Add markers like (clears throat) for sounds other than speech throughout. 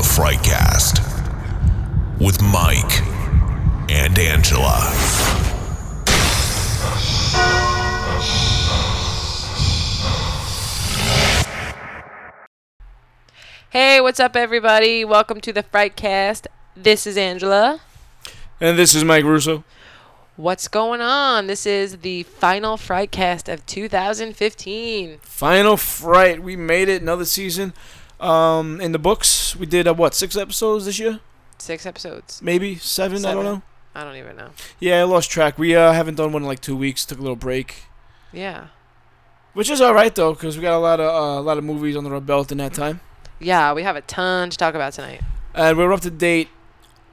Frightcast with Mike and Angela. Hey, what's up, everybody? Welcome to the Frightcast. This is Angela. And this is Mike Russo. What's going on? This is the final Frightcast of 2015. Final Fright. We made it another season. Um, in the books, we did uh, what six episodes this year? Six episodes. Maybe seven, I Seven. don't know. I don't even know. Yeah, I lost track. We uh, haven't done one in like two weeks. Took a little break, Yeah. which is all right though, because we got a lot of uh, a lot of movies under our belt in that time, Yeah, we have a ton to talk about tonight. and we're up to date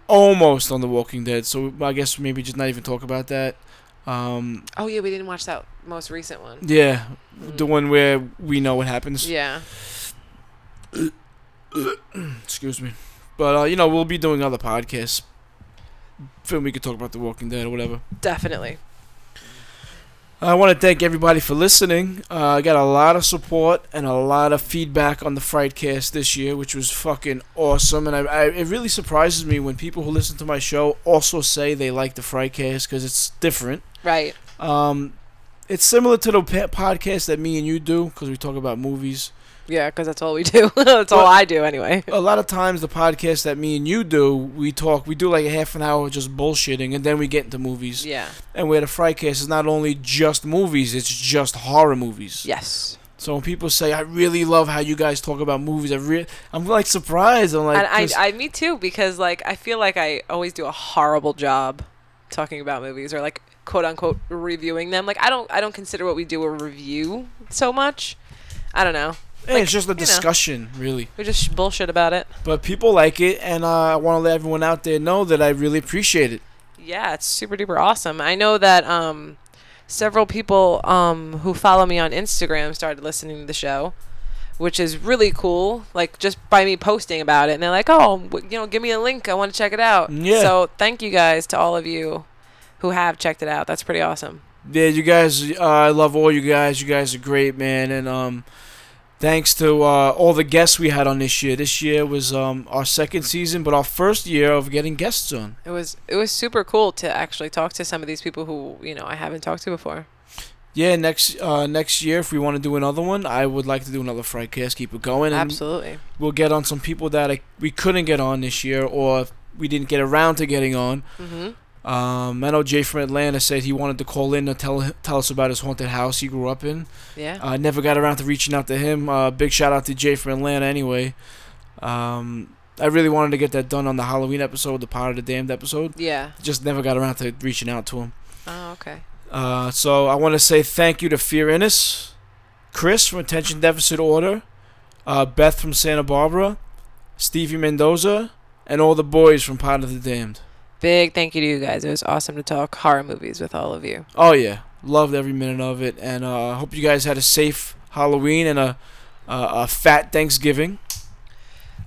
almost on The Walking Dead. So I guess maybe just not even talk about that. Um, Oh, yeah, we didn't watch that most recent one. yeah, the one where we know what happens. Mm. Yeah. Excuse me. But uh, you know, we'll be doing other podcasts. Then we could talk about The Walking Dead or whatever. Definitely. I want to thank everybody for listening. Uh, I got a lot of support and a lot of feedback on the Frightcast this year, which was fucking awesome. And I, I, it really surprises me when people who listen to my show also say they like the Frightcast because it's different. Right. Um, it's similar to the pa- podcast that me and you do because we talk about movies. Yeah, because that's all we do. (laughs) that's all Well- I do, anyway. a lot of times the podcast that me and you do, we talk, we do like a half an hour of just bullshitting, and then we get into movies. Yeah. And where the Frightcast is not only just movies, it's just horror movies. Yes. So when people say, "I really love how you guys talk about movies," I re- I'm like surprised. I'm like, and I, 'cause- I, me too, because like I feel like I always do a horrible job talking about movies or like quote unquote reviewing them. Like I don't, I don't consider what we do a review so much. I don't know. Eh, it's just a know. discussion, really. We just sh- bullshit about it. But people like it, and uh, I want to let everyone out there know that I really appreciate it. Yeah, it's super duper awesome. I know that um, several people um, who follow me on Instagram started listening to the show, which is really cool. Like just by me posting about it, and they're like, "Oh, w- you know, give me a link. I want to check it out." Yeah. So thank you guys to all of you who have checked it out. That's pretty awesome. Yeah, you guys, uh, I love all you guys. You guys are great, man. And um, thanks to uh, all the guests we had on this year. This year was um, our second season, but our first year of getting guests on. It was it was super cool to actually talk to some of these people who you know I haven't talked to before. Yeah, next uh, next year, if we want to do another one, I would like to do another Frightcast. Keep it going, and Absolutely. we'll get on some people that I, we couldn't get on this year, or we didn't get around to getting on. Mhm. Um, I know Jay from Atlanta said he wanted to call in to tell tell us about his haunted house he grew up in. Yeah. I never got around to reaching out to him. Uh, big shout out to Jay from Atlanta, anyway. Um, I really wanted to get that done on the Halloween episode, the Power of the Damned episode. Yeah. Just never got around to reaching out to him. Oh, okay. Uh, so I want to say thank you to Fear Innes, Chris from Attention Deficit Order, uh, Beth from Santa Barbara, Stevie Mendoza, and all the boys from Power of the Damned. Big thank you to you guys. It was awesome to talk horror movies with all of you. Oh yeah, loved every minute of it, and uh, hope you guys had a safe Halloween and a a, a fat Thanksgiving.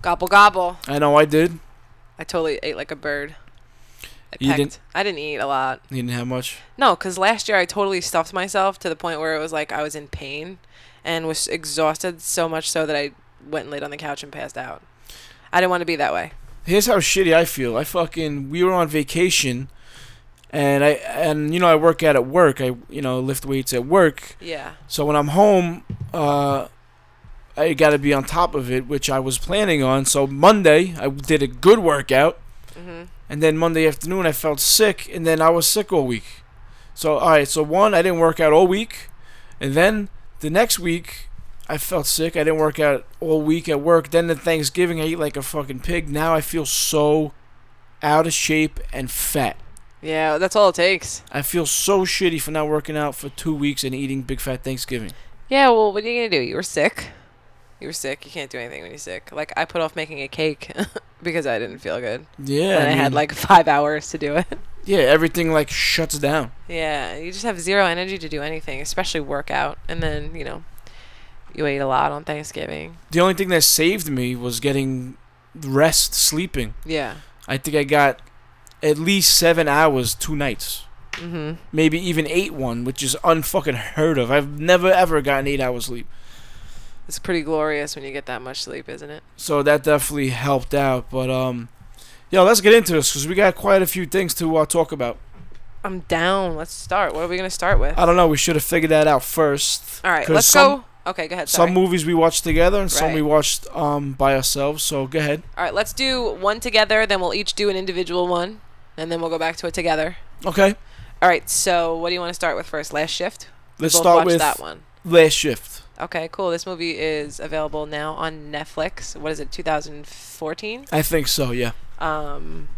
Gobble gobble. I know I did. I totally ate like a bird. I You pecked. didn't- I didn't eat a lot. You didn't have much. No, because last year I totally stuffed myself to the point where it was like I was in pain and was exhausted so much so that I went and laid on the couch and passed out. I didn't want to be that way. Here's how shitty I feel. I fucking we were on vacation, and I and you know I work out at work. I you know lift weights at work. Yeah. So when I'm home, uh, I got to be on top of it, which I was planning on. So Monday I did a good workout, Mhm. and then Monday afternoon I felt sick, and then I was sick all week. So all right, so one I didn't work out all week, and then the next week I felt sick. I didn't work out all week at work. Then the Thanksgiving I eat like a fucking pig. Now I feel so out of shape and fat. Yeah, that's all it takes. I feel so shitty for not working out for two weeks and eating big fat Thanksgiving. Yeah, well, what are you gonna do? You were sick. You were sick. You can't do anything when you're sick. Like I put off making a cake (laughs) because I didn't feel good, Yeah, and I, had mean- like five hours to do it. Yeah, everything like shuts down. yeah, you just have zero energy to do anything, especially work out. And then you know, you ate a lot on Thanksgiving. The only thing that saved me was getting rest, sleeping. Yeah. I think I got at least seven hours two nights, Mhm. maybe even eight one, which is unfucking heard of. I've never ever gotten eight hours sleep. It's pretty glorious when you get that much sleep, isn't it? So that definitely helped out. But um, yo, let's get into this because we got quite a few things to uh, talk about. I'm down. Let's start. What are we gonna start with? I don't know. We should have figured that out first. All right, Uh, 'cause let's some- go. Okay, go ahead. Sorry. Some movies we watched together and some Right. we watched um by ourselves. So go ahead. All right, let's do one together. Then we'll each do an individual one, and then we'll go back to it together. Okay, All right. So, what do you want to start with first? Last shift. We let's both start watched with that one. Last Shift. Okay, cool. This movie is available now on Netflix. What is it? 2014. I think so. Yeah. um,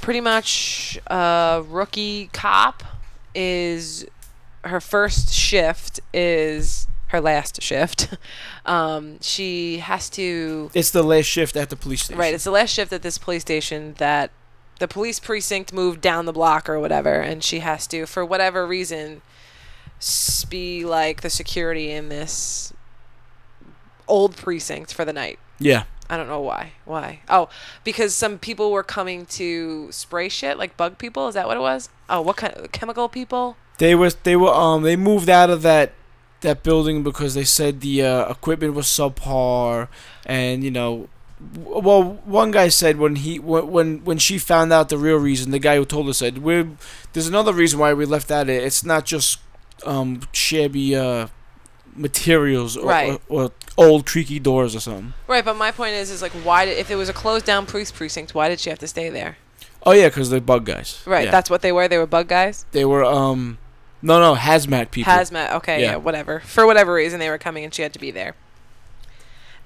pretty much a rookie cop is her first shift is her last shift (laughs) um, she has to It's the last shift at the police station. right it's the last shift at this police station that the police precinct moved down the block or whatever and she has to for whatever reason s- be like the security in this old precinct for the night Yeah. I don't know why. Why? Oh, because some people were coming to spray shit, like bug people. Is that what it was? Oh, what kind of chemical people? They was they were um they moved out of that that building because they said the uh, equipment was subpar and you know w- well one guy said when he wh- when when she found out the real reason the guy who told her said we there's another reason why we left out it it's not just um shabby uh materials or, Right. or, or old creaky doors or something Right, but my point is, is like, why did if it was a closed down police precinct, why did she have to stay there? oh yeah because they're bug guys Right, Yeah. that's what they were. They were bug guys, they were um no no hazmat people hazmat. Okay, Yeah. yeah, whatever. For whatever reason, they were coming, and she had to be there.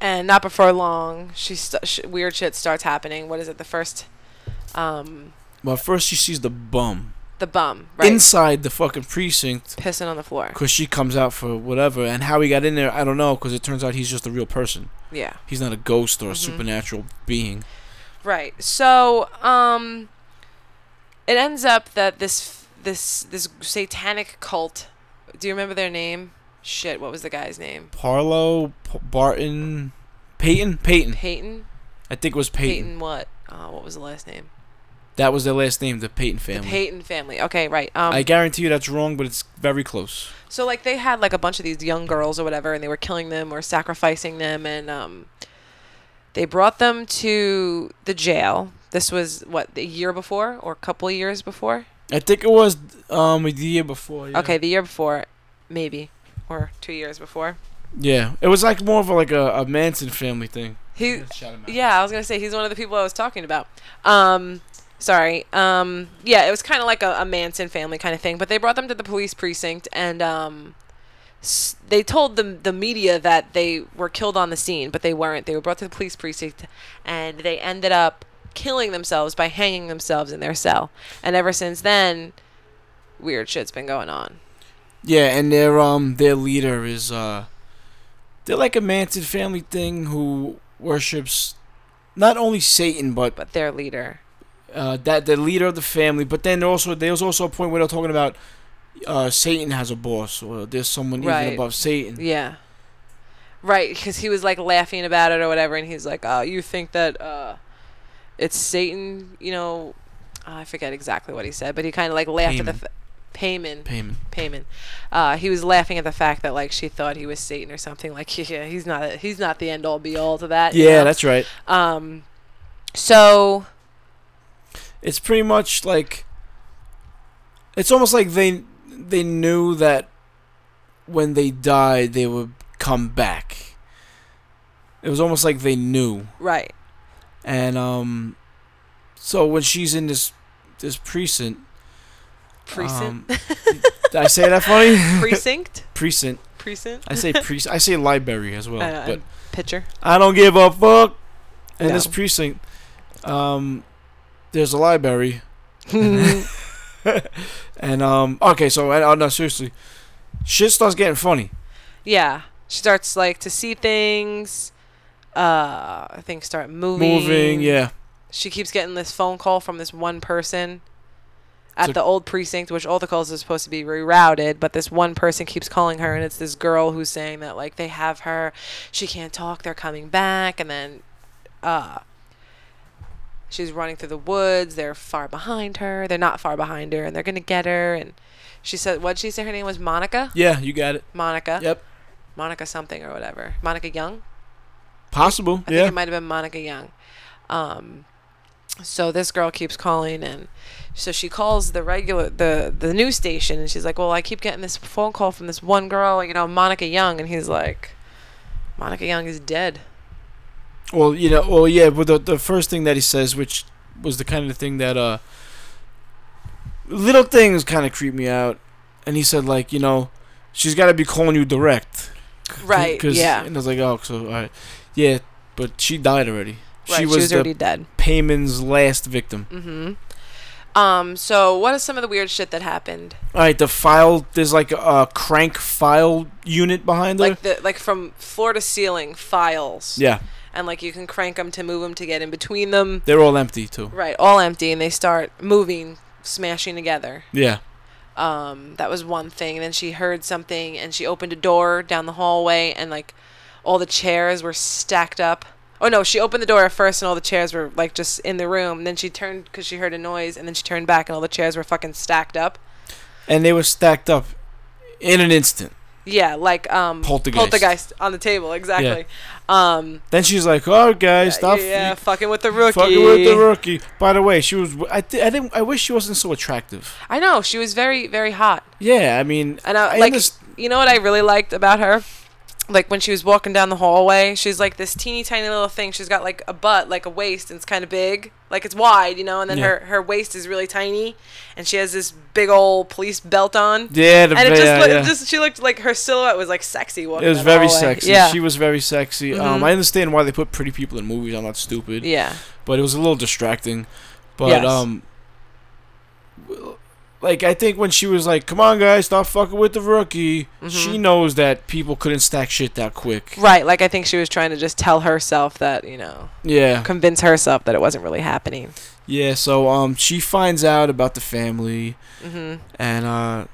And not before long, she, st- sh- weird shit starts happening. What is it? The first, um, well first she sees the bum the bum right inside the fucking precinct pissing on the floor. because she comes out for whatever and how he got in there i don't know because it turns out he's just a real person Yeah. he's not a ghost or a supernatural being Right. So, um, it ends up that this this this satanic cult. Do you remember their name? Shit, what was the guy's name? parlo P- barton peyton peyton Peyton. i think it was Peyton, peyton what? Uh, what was the last name? that was their last name the peyton family Peyton family. Okay, right. Um, i guarantee you that's wrong but it's very close So like they had like a bunch of these young girls or whatever, and they were killing them or sacrificing them, and um, they brought them to the jail. This was what the year before or a couple of years before. i think it was um the year before yeah. Okay, the year before, maybe, or two years before. yeah it was like more of a, like a, a manson family thing He, Shout him out. yeah, I was gonna say he's one of the people I was talking about. Um, sorry. Um, yeah, it was kind of like a, a Manson family kind of thing, but they brought them to the police precinct and um, s- they told the the media that they were killed on the scene, but they weren't. They were brought to the police precinct, and they ended up killing themselves by hanging themselves in their cell. And ever since then, weird shit's been going on. Yeah, and their um their leader is uh they're like a Manson family thing who worships not only Satan but But their leader, uh that the leader of the family, but then also there's also a point where they're talking about uh Satan has a boss or there's someone Right. even above Satan. Yeah. Right, because he was like laughing about it or whatever, and he's like, "Oh, you think that uh, it's Satan?" You know, I forget exactly what he said, but he kind of like laughed at Payman. the f- payment. Payment. Payment. Uh, he was laughing at the fact that like she thought he was Satan or something. Like, (laughs) yeah, he's not. He's not the end all be all to that. you Yeah, know? that's right. Um. So It's pretty much like it's almost like they they knew that when they died they would come back. It was almost like they knew. right. And um, so when she's in this this precinct, Precinct. (laughs) um, did I say that funny? (laughs) precinct. precinct. Precinct. I say precinct. I say library as (laughs) well, Uh, but (laughs) Pitcher. (laughs) I don't give a fuck. In this No. precinct, um, there's a library, and um, okay, so I, I no seriously, shit starts getting funny. Yeah. She starts like to see things. Uh things start moving. Moving, yeah, She keeps getting this phone call from this one person at So- the old precinct, which all the calls are supposed to be rerouted, but this one person keeps calling her and it's this girl who's saying that like they have her, she can't talk, they're coming back, and then uh she's running through the woods, they're far behind her, they're not far behind her, and they're gonna get her and she said what'd she say her name was Monica? yeah, you got it. Monica. Yep. Monica something or whatever. Monica Young. Possible. I yeah. think it might have been Monica Young. Um, so this girl keeps calling, and so she calls the regular the the news station, and she's like, "Well, I keep getting this phone call from this one girl, you know, Monica Young," and he's like, "Monica Young is dead." Well, you know, well, yeah, but the, the first thing that he says, which was the kind of thing that, uh, little things kind of creep me out. And he said, like, you know, she's got to be calling you direct. Right. 'Cause- yeah. And I was like, oh, so, all right. Yeah, but she died already. Right. she was, the already dead. payman's last victim. Mm-hmm. Um. So what is some of the weird shit that happened? All right, the file, there's like a, uh crank file unit behind her. Like the like from floor to ceiling files. yeah, And like you can crank them to move them to get in between them. they're all empty, too. Right. All empty, and they start moving, smashing together. Yeah. um, that was one thing. And then she heard something, and she opened a door down the hallway, and like all the chairs were stacked up. Oh no, she opened the door at first, and all the chairs were like just in the room. then she turned because she heard a noise, and then she turned back, and all the chairs were fucking stacked up. And they were stacked up in an instant. Yeah, like um, Poltergeist. poltergeist on the table, exactly. Um, Then she's like, all right, guys, stop. yeah, fucking with the rookie. Fucking with the rookie. By the way, she was. I, th- I didn't. I wish she wasn't so attractive. I know she was very, very hot. Yeah, I mean, And I, like, underst- you know what I really liked about her? Like when she was walking down the hallway, she's like this teeny tiny little thing. She's got like a butt, like a waist, and it's kind of big, like it's wide, you know. And then her Yeah. her waist is really tiny, and she has this big old police belt on. yeah, the, And it just, yeah, looked, yeah. just she looked like her silhouette was like sexy. Walking it was down the very hallway. sexy. Yeah, Mm-hmm. She was very sexy. Um, I understand why they put pretty people in movies. I'm not stupid. yeah, But it was a little distracting. But Yes. um, w- like I think when she was like, "Come on, guys, stop fucking with the rookie," Mm-hmm. she knows that people couldn't stack shit that quick. right. Like I think she was trying to just tell herself that you know, Yeah. convince herself that it wasn't really happening. Yeah. So um, she finds out about the family, hmm and uh,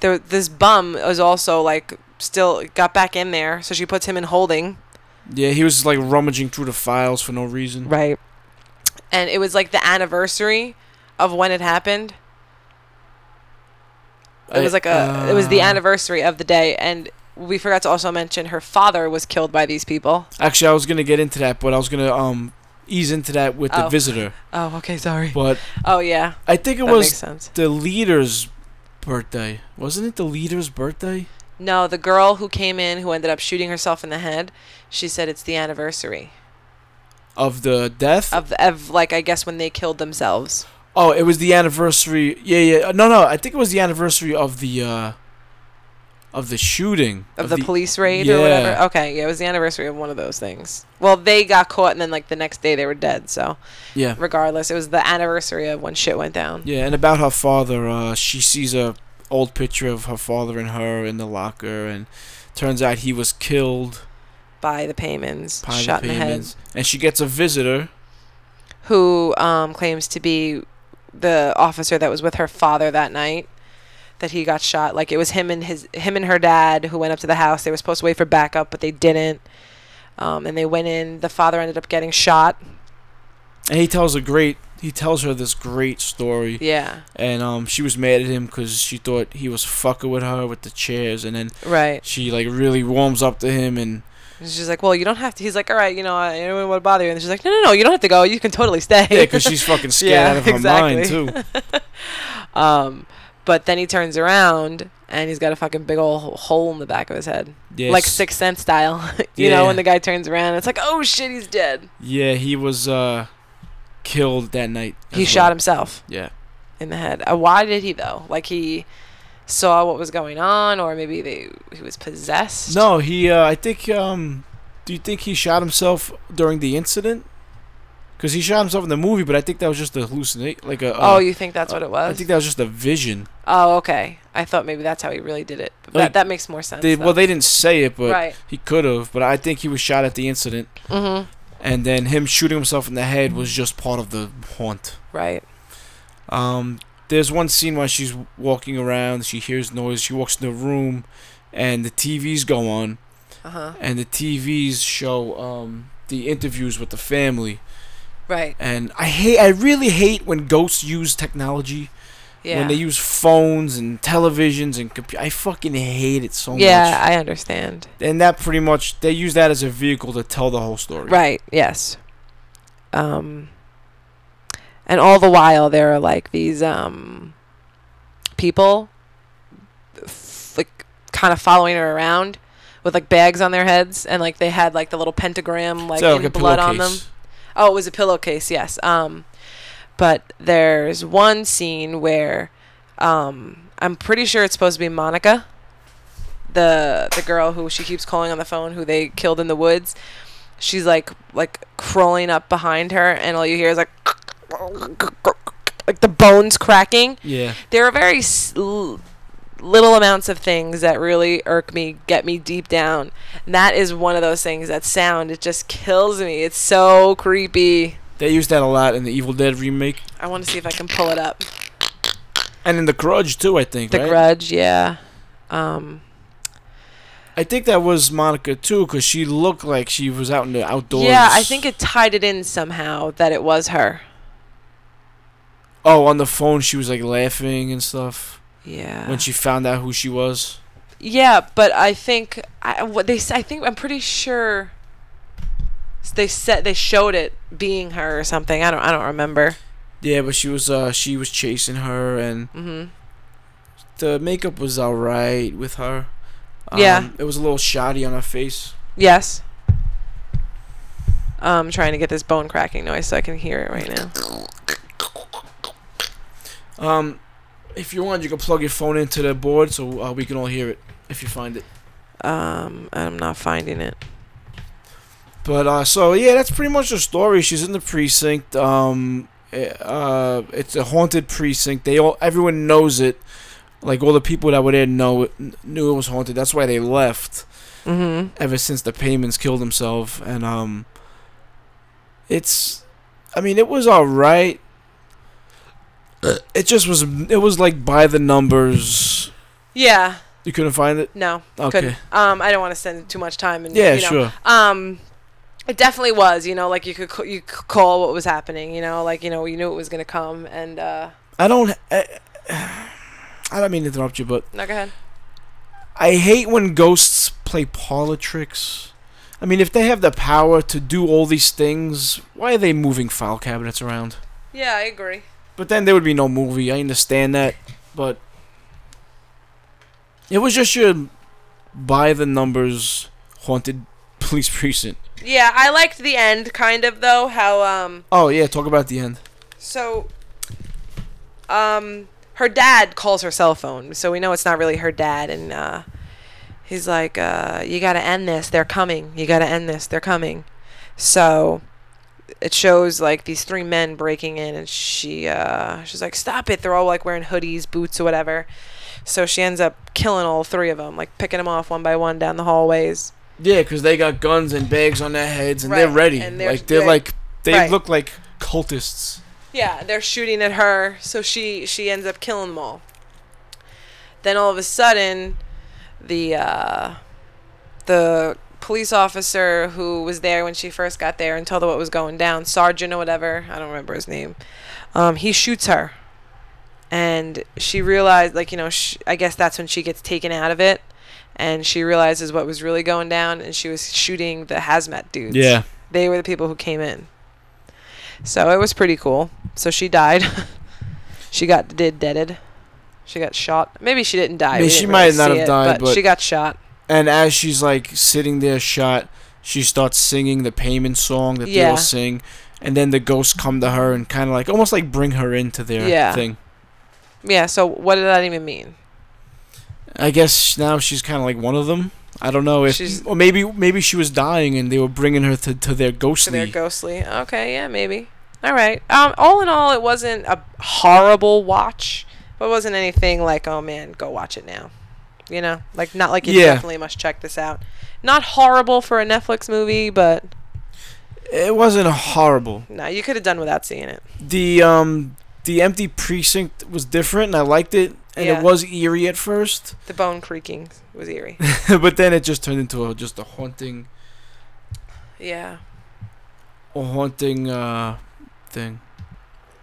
There, this bum was also like still got back in there, so she puts him in holding. Yeah, he was just, like rummaging through the files for no reason. Right. And it was like the anniversary of when it happened. It was like a it was the Uh, anniversary of the day and we forgot to also mention her father was killed by these people. Actually, I was gonna get into that, but I was gonna um ease into that with the Oh. visitor. Oh, okay, sorry. But Oh yeah. I think it That makes was sense. the leader's birthday. Wasn't it the leader's birthday? No, the girl who came in who ended up shooting herself in the head, she said it's the anniversary Of the death? of of like I guess when they killed themselves. oh, it was the anniversary. Yeah, yeah. Uh, No, no. I think it was the anniversary of the uh of the shooting Of, the, police raid or yeah. whatever. Okay, yeah, it was the anniversary of one of those things. Well, they got caught and then like the next day they were dead, so Yeah. regardless. It was the anniversary of when shit went down. Yeah, and about her father, uh, she sees a old picture of her father and her in the locker, and turns out he was killed By the payments, by shot in the the head, payments. and she gets a visitor. who um, claims to be the officer that was with her father that night. That he got shot. Like it was him and his him and her dad who went up to the house. They were supposed to wait for backup, but they didn't. Um, and they went in. The father ended up getting (laughs) shot. And he tells a great, he tells her this great story, Yeah, and um, she was mad at him because she thought he was fucking with her with the chairs, and then right. she like really warms up to (laughs) him, and And she's like, "Well, you don't have to." He's like, "All right, you know, I, I don't want to bother you." And she's like, "No, no, no, you don't have to go. You can totally stay." yeah, because she's fucking scared Yeah, out of her mind exactly. too. (laughs) Um, but then he turns around and he's got a fucking big old hole in the back of his head, Yeah, like s- Sixth Sense style. (laughs) you know, Yeah. when the guy turns around, it's like, oh shit, he's dead. Yeah, he was uh, killed that night. he as shot well. himself Yeah. in the head. Uh, why did he though? Like he saw what was going on, or maybe they he was possessed. No, he. Uh, I think. Um, do you think he shot himself during the incident? Because he shot himself in the movie, but I think that was just a hallucinate, like a. Oh, uh, you think that's what it I was? think that was just a vision. oh, okay. I thought maybe that's how he really did it. But Like, that, that makes more sense. They, though. well, they didn't say it, but right. he could have. But I think he was shot at the incident, Mm-hmm. and then him shooting himself in the head was just part of the haunt. Right. Um, there's one scene where she's walking around, she hears noise, she walks in the room, and the TVs go on, Uh huh. and the TVs show um, the interviews with the family. Right. And I hate, I really hate when ghosts use technology Yeah. when they use phones and televisions and compu- I fucking hate it so yeah, much. I understand. and that pretty much they use that as a vehicle to tell the whole story. Right. Yes. Um. And all the while, there are like these um people, f- like kind of following her around with like bags on their heads, and like they had like the little pentagram like It's not in blood on them. pillowcase. Oh, it was a pillowcase, yes. Um, but there's one scene where um, I'm pretty sure it's supposed to be Monica, the the girl who she keeps calling on the phone, who they killed in the woods. She's like like crawling up behind her, and all you hear is like like the bones cracking. Yeah. There are very s- l- little amounts of things that really irk me, get me deep down. And that is one of those things that sound it just kills me. It's so creepy. They used that a lot in the Evil Dead remake I want to see if I can pull it up. and in The Grudge too, I think, The right? Grudge, yeah. Um, I think that was Monica too cuz she looked like she was out in the outdoors. yeah, I think it tied it in somehow that it was her. Oh, on the phone she was like laughing and stuff Yeah. when she found out who she was. Yeah, but I think I what they s- I think I'm pretty sure s- they said they showed it being her or something. I don't I don't remember. Yeah, but she was uh she was chasing her and Mhm. the makeup was alright with her. Yeah. Um, It was a little shoddy on her face. Yes. I'm trying to get this bone cracking noise so I can hear it right now. Um, if you want, you can plug your phone into the board so uh, we can all hear it if you find it. Um, I'm not finding it. But uh, so yeah, that's pretty much the story. She's in the precinct. Um, eh, uh, it's a haunted precinct. They all, everyone knows it. Like all the people that were there know it, kn- knew it was haunted. That's why they left. Mm-hmm. Ever since the payments killed himself, and um, it's, I mean, it was all right. It just was. It was like by the numbers. Yeah. You couldn't find it. No. Okay. Couldn't. Um, I don't want to spend too much time. And, Yeah, you know, sure. Um, it definitely was. You know, like you could c- you could call what was happening. You know, like you know you knew it was gonna come. And uh, I don't. I, I don't mean to interrupt you, but no, go ahead. I hate when ghosts play parlor tricks. I mean, if they have the power to do all these things, why are they moving file cabinets around? Yeah, I agree. But then there would be no movie. I understand that, but it was just your by the numbers haunted (laughs) police precinct. Yeah, I liked the end kind of though. How um, Oh yeah, talk about the end. So, um, her dad calls her cell phone, so we know it's not really her dad, and uh, he's like, uh, "You got to end this. They're coming. You got to end this. They're coming." So, it shows like these three men breaking in, and she, uh, she's like, "Stop it!" They're all like wearing hoodies, boots, or whatever. So she ends up killing all three of them, like picking them off one by one down the hallways. Yeah, 'cause they got guns and bags on their heads and they're Right, ready. and they're- like they're right, like they right. look like cultists. Yeah, they're shooting at her, so she she ends up killing them all. Then all of a sudden, the uh, the police officer who was there when she first got there and told her what was going down, sergeant or whatever, I don't remember his name, um, he shoots her, and she realized, like you know, sh I guess that's when she gets taken out of it, and she realizes what was really going down, and she was shooting the hazmat dudes they were the people who came in. So it was pretty cool. So she died. (laughs) she got did deaded. She got shot. Maybe she didn't die. mean, We she didn't might really not see have died, but- she got shot. And as she's like sitting there shot, she starts singing the payment song that they Yeah. all sing. And then the ghosts come to her and kind of like almost like bring her into their Yeah. thing. Yeah. So what did that even mean? I guess now she's kind of like one of them. I don't know if, She's- or maybe maybe she was dying and they were bringing her to, to their So they're ghostly. ghostly. Okay. Yeah. Maybe. All right. Um. All in all, it wasn't a horrible watch, but it wasn't anything like, oh man, go watch it now. You know, like not like you Yeah. definitely must check this out. Not horrible for a Netflix movie, but it wasn't horrible. no, you could have done without seeing it. The um the empty precinct was different and I liked it and Yeah. it was eerie at first, (laughs) The bone creaking was (laughs) eerie. but then it just turned into a, just a haunting Yeah. a haunting uh thing.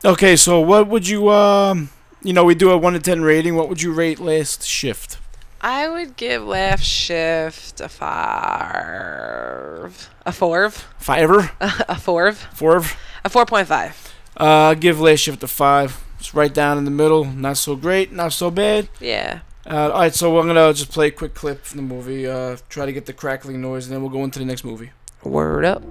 Okay, so what would you um you know, we do a one to ten rating. What would you rate last shift? I would give Left Shift a five. A four. Fiver, A four. four. A 4.5. Uh, give last shift a five. It's right down in the middle. Not so great, not so bad. Yeah. Uh, all right, so I'm gonna just play a quick clip from the movie. Uh, try to get the crackling noise, and then we'll go into the next movie. Word up.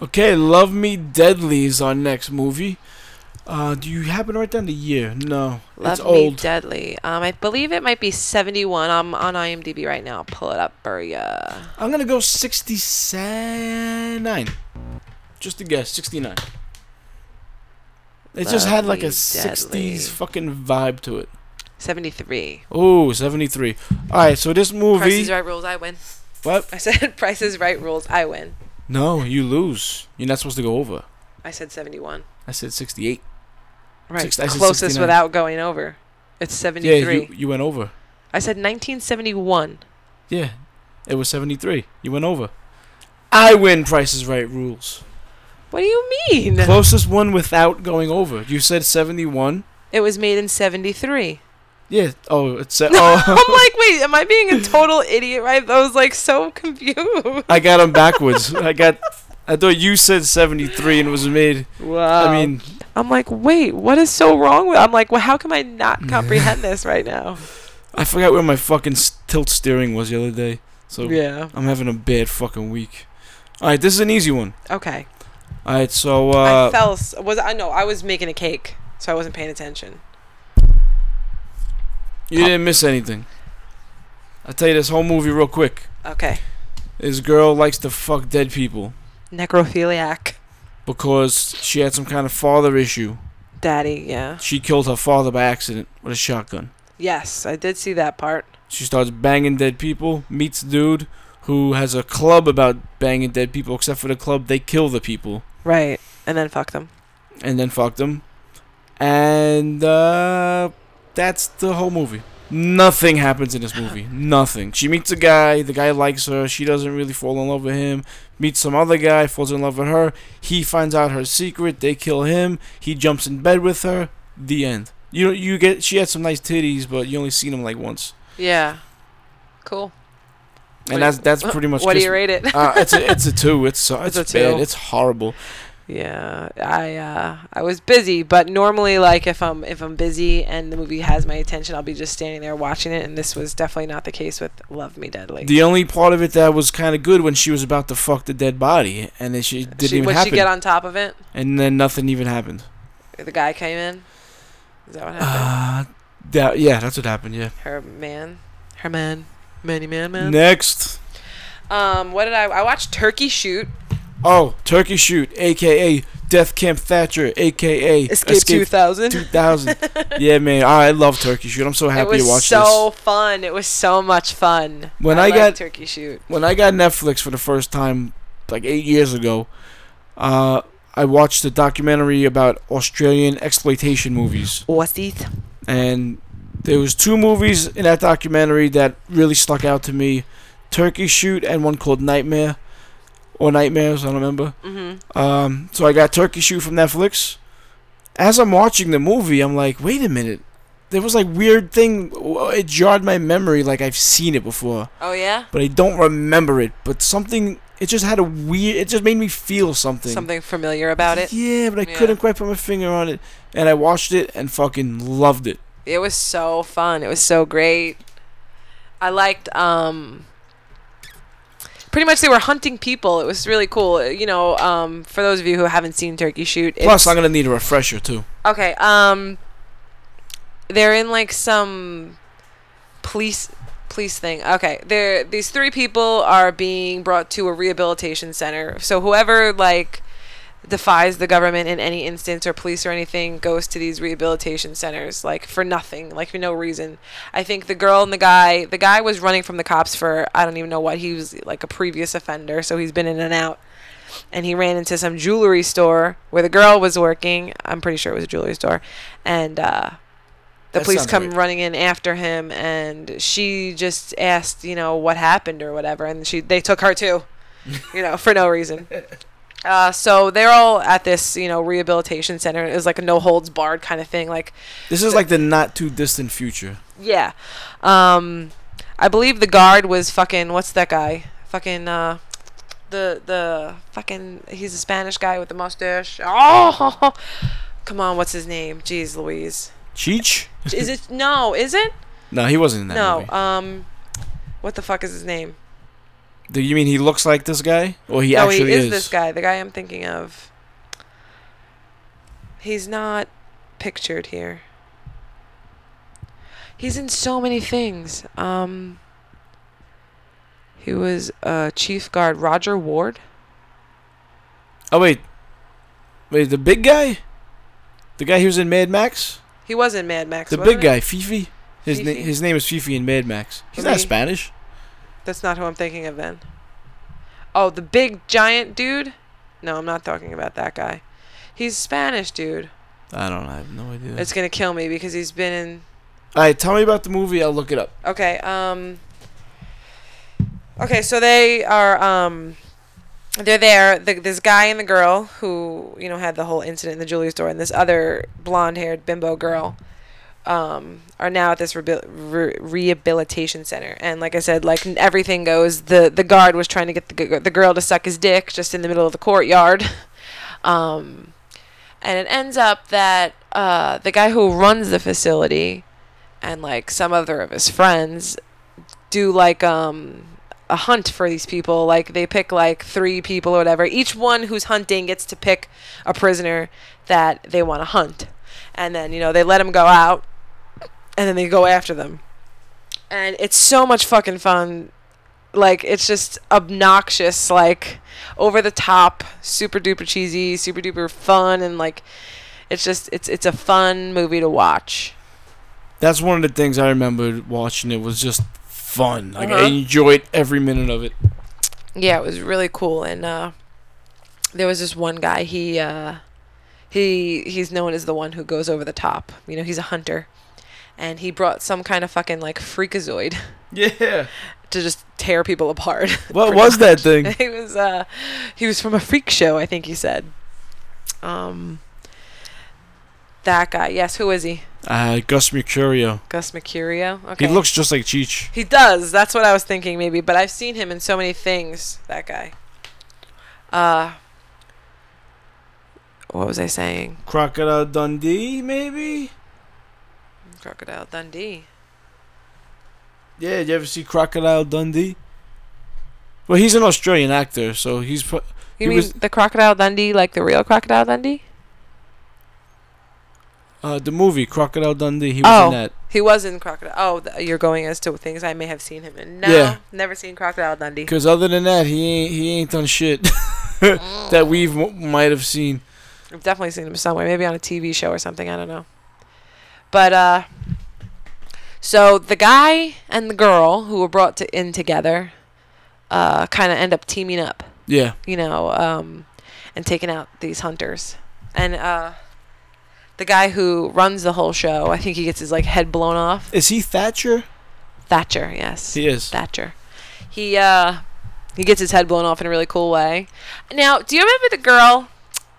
Okay, Love Me Deadly is our next movie. Uh, do you happen to write down the year? No, Love it's Me old. Deadly. Um, I believe it might be 71. I'm on IMDb right now. I'll pull it up for ya. I'm gonna go 69. Just a guess, 69. It just had like a Lovely, 60s deadly. fucking vibe to it. 73. Oh, 73. All right, so this Price movie. is Right rules. I win. What? I said (laughs) Price is Right rules. I win. No, you lose. You're not supposed to go over. I said 71. I said 68. Right. Six- I said Closest 69. without going over. It's Yeah, 73. you, you went over. I said 1971. Yeah, it was 73. You went over. I win Price is Right rules. What do you mean? Closest one without going over. You said 71. it was made in 73. Yeah. Oh, it's. (laughs) se- I'm (laughs) Oh. like, wait, am I being a total idiot? Right? I was like so confused. I got them (laughs) backwards. I got. I thought you said 73 and it was made. Wow. I mean, I'm like, wait, what is so wrong with? I'm like, well, how come I not comprehend this right now? I forgot where my fucking s- tilt steering was the other day. (laughs) So Yeah. I'm having a bad fucking week. All right, this is an easy one. Okay. All right, so I uh, fell. s- Was I no? I was making a cake, so I wasn't paying attention. you didn't miss anything. I'll tell you this whole movie real quick. Okay. This girl likes to fuck dead people Necrophiliac, because she had some kind of father issue. daddy. Yeah. She killed her father by accident with a shotgun. Yes, I did see that part. She starts banging dead people, meets a dude who has a club about banging dead people, except for the club, they kill the people Right. And then fuck them. and then fuck them. And uh, that's the whole movie. Nothing happens in this movie. Nothing. She meets a guy, the guy likes her, she doesn't really fall in love with him. Meets some other guy, falls in love with her. He finds out her secret, they kill him. He jumps in bed with her. The end. You you get she had some nice titties, but you only seen them like once. Yeah. Cool. And that's that's pretty much What do Kiss you Me- rate it? uh, it's a, it's a two. It's so it's, It's a bad. two. It's horrible. Yeah, I uh, I was busy, but normally, like if I'm if I'm busy and the movie has my attention, I'll be just standing there watching it. And this was definitely not the case with Love Me Deadly. The only part of it that was kind of good when she was about to fuck the dead body, and then she didn't she, even when happen, she get on top of it, and then nothing even happened. the guy came in. Is that what happened? Uh, that yeah, that's what happened. Yeah. her man, her man, many man man. Next, um, what did I? I watched Turkey Shoot, oh Turkey Shoot, aka Death Camp Thatcher, aka Escape, Two Thousand. 2000. (laughs) yeah, man, I love Turkey Shoot. I'm so It happy you was watched so this. fun. It was so much fun. When I like got- Turkey Shoot, When I got Netflix for the first time, like eight years ago, uh, I watched a documentary about Australian exploitation movies. Aussies. and there was two movies in that documentary that really stuck out to me turkey shoot and one called nightmare or nightmares i don't remember Mm-hmm. um, so i got turkey shoot from netflix as i'm watching the movie i'm like wait a minute there was like weird thing it jarred my memory like i've seen it before Oh yeah, but i don't remember it but something it just had a weird it just made me feel something something familiar about it. yeah but i Yeah. couldn't quite put my finger on it and i watched it and fucking loved it It was so fun. It was so great. I liked um pretty much they were hunting people. It was really cool. You know, um for those of you who haven't seen Turkey Shoot, it's, plus i'm gonna need a refresher too Okay, um they're in like some police police thing. Okay. They're these three people are being brought to a rehabilitation center. So whoever like defies the government in any instance or police or anything goes to these rehabilitation centers like for nothing like for no reason i think the girl and the guy the guy was running from the cops for i don't even know what he was like a previous offender so he's been in and out and he ran into some jewelry store where the girl was working. I'm pretty sure it was a jewelry store, and uh, the That police sounds come right. running in after him, and she just asked, you know, what happened or whatever, and she they took her too, you know, for no reason. Uh, so they're all at this, you know, rehabilitation center. It was like a no holds barred kind of thing. Like This is like the not too distant future. yeah. Um I believe the guard was fucking what's that guy? Fucking uh the the fucking he's a Spanish guy with the mustache. Oh (laughs) come on, what's his name? Jeez Louise. Cheech? Is (laughs) it no, is it? No, he wasn't in that No. movie. Um what the fuck is his name? Do you mean he looks like this guy? Or he no, actually he is, this guy, the guy I'm thinking of. He's not pictured here. He's in so many things. Um, he was uh, chief guard Roger Ward. Oh wait, wait, the big guy, the guy who was in Mad Max, He was in Mad Max. the wasn't big he? guy, Fifi. His name, Fifi. his name is Fifi in Mad Max. He's not Really? Spanish. That's not who I'm thinking of then. Oh, the big giant dude. No, I'm not talking about that guy. He's Spanish, dude. I don't. know. I have no idea. It's gonna kill me because he's been in All right, tell me about the movie. I'll look it up. Okay. Um. Okay, so they are. Um. They're there. The, this guy and the girl who you know had the whole incident in the jewelry store, and this other blonde-haired bimbo girl, um, are now at this rehabil- re- rehabilitation center. And like I said, like n- everything goes. The the guard was trying to get the g- the girl to suck his dick just in the middle of the courtyard. (laughs) Um, and it ends up that uh, the guy who runs the facility and like some other of his friends do like um a hunt for these people like they pick like three people or whatever each one who's hunting gets to pick a prisoner that they want to hunt and then you know they let them go out and then they go after them and it's so much fucking fun like it's just obnoxious like over the top super duper cheesy super duper fun and like it's just it's it's a fun movie to watch That's one of the things I remembered watching. It was just fun. Like I Uh-huh. enjoyed every minute of it. yeah, it was really cool. And uh, there was this one guy. He uh, he he's known as the one who goes over the top. You know, he's a hunter, and he brought some kind of fucking like freakazoid (laughs) Yeah. to just tear people apart. (laughs) What pretty was that thing? (laughs) he was uh, he was from a freak show, I think he said. Um, that guy. Yes, who is he? Uh, Gus Mercurio. Gus Mercurio. Okay. He looks just like Cheech. He does. That's what I was thinking, maybe. But I've seen him in so many things. That guy. Uh, what was I saying? Crocodile Dundee, maybe. Crocodile Dundee. Yeah, you ever see Crocodile Dundee? Well, he's an Australian actor, so he's. Pro- You He mean was- the Crocodile Dundee, like the real Crocodile Dundee? Uh, the movie Crocodile Dundee. He was Oh. in that. He was in Crocodile. Oh, th- you're going as to things I may have seen him in. No, Yeah. never seen Crocodile Dundee. Because other than that, he ain't he ain't done shit (laughs) that we have might have seen. I've definitely seen him somewhere, maybe on a TV show or something. I don't know. But uh, so the guy and the girl who were brought to, in together, uh, kind of end up teaming up. Yeah, you know, um, and taking out these hunters. And uh, the guy who runs the whole show, I think he gets his like head blown off. is he Thatcher? Thatcher, yes, He is. Thatcher. He uh, he gets his head blown off in a really cool way. Now, do you remember the girl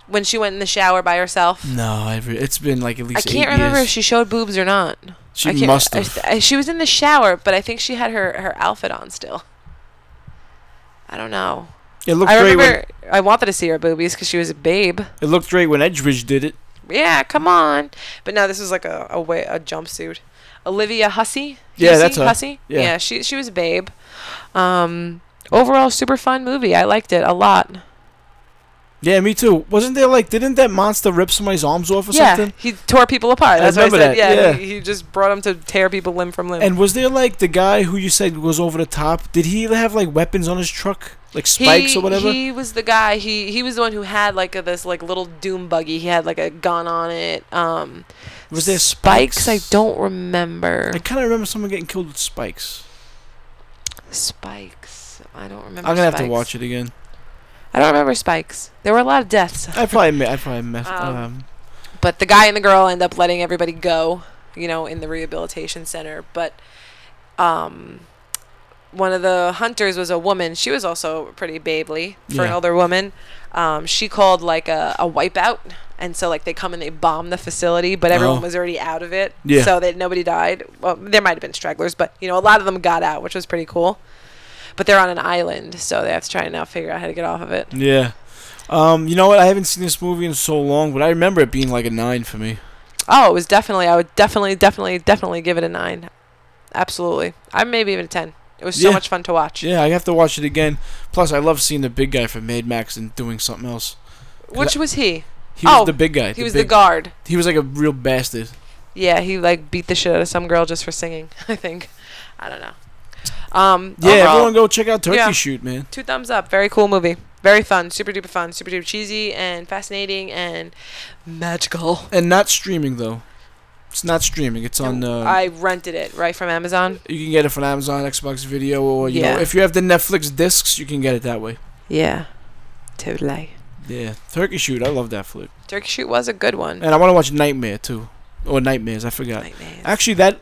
when she went in the shower by herself? No, i re- Mm, it's been like at I least. can't eight remember if years. she showed boobs or not. I She can't- must I- have. I- she was in the shower, but I think she had her her outfit on still. I don't know. It looked I great remember when I wanted to see her boobies because she was a babe. it looked great when Edgebridge did it. yeah, come on. But no, this was like a a, way, a jumpsuit. Olivia Hussey. Yeah, that's her. Hussey. Yeah. she she was a babe. Um, overall, super fun movie. I liked it a lot. Yeah, me too. Wasn't there like didn't that monster rip somebody's arms off or yeah, something? he tore people apart. I That's what I remember said. that, Yeah, yeah. He, he just brought them to tear people limb from limb. And was there like the guy who you said was over the top? Did he have like weapons on his truck, like spikes he, or whatever? He was the guy. He he was the one who had like a, this like little doom buggy. He had like a gun on it. Um, was there spikes? spikes? I don't remember. I kind of remember someone getting killed with spikes. spikes. I don't remember. I'm gonna have to spikes. watch it again. I don't remember spikes. There were a lot of deaths, I probably, me- I probably messed. Um, Um, but the guy and the girl end up letting everybody go, you know, in the rehabilitation center. But um, one of the hunters was a woman. She was also pretty babely for an Yeah. older woman. Um, she called like a, a wipeout, and so like they come and they bomb the facility, but everyone Oh. was already out of it, Yeah. so that nobody died. Well, there might have been stragglers, but you know, a lot of them got out, which was pretty cool. But they're on an island, so they have to try and now figure out how to get off of it. yeah. Um, you know what? I haven't seen this movie in so long, but I remember it being like a nine for me. Oh, it was definitely. I would definitely, definitely, definitely give it a nine. Absolutely. I maybe even a ten. It was so Yeah. much fun to watch. Yeah, I have to watch it again. Plus, I love seeing the big guy from Mad Max and doing something else. Which was he? He was Oh, the big guy. He was the big- guard. He was like a real bastard. Yeah, he like beat the shit out of some girl just for singing. (laughs) I think. I don't know. Um. Yeah, overall, Uh, everyone go check out Turkey Yeah. Shoot, man. Two thumbs up. Very cool movie. Very fun. Super duper fun. Super duper cheesy and fascinating and magical. And not streaming though. It's not streaming. It's on. Uh, I rented it right from Amazon. you can get it from Amazon, Xbox Video, or you Yeah. know, if you have the Netflix discs, you can get it that way. Yeah. Totally. Yeah, Turkey Shoot. I love that flick. Turkey Shoot was a good one. And I want to watch Nightmare too, or Nightmares. I forgot. Nightmares. Actually, that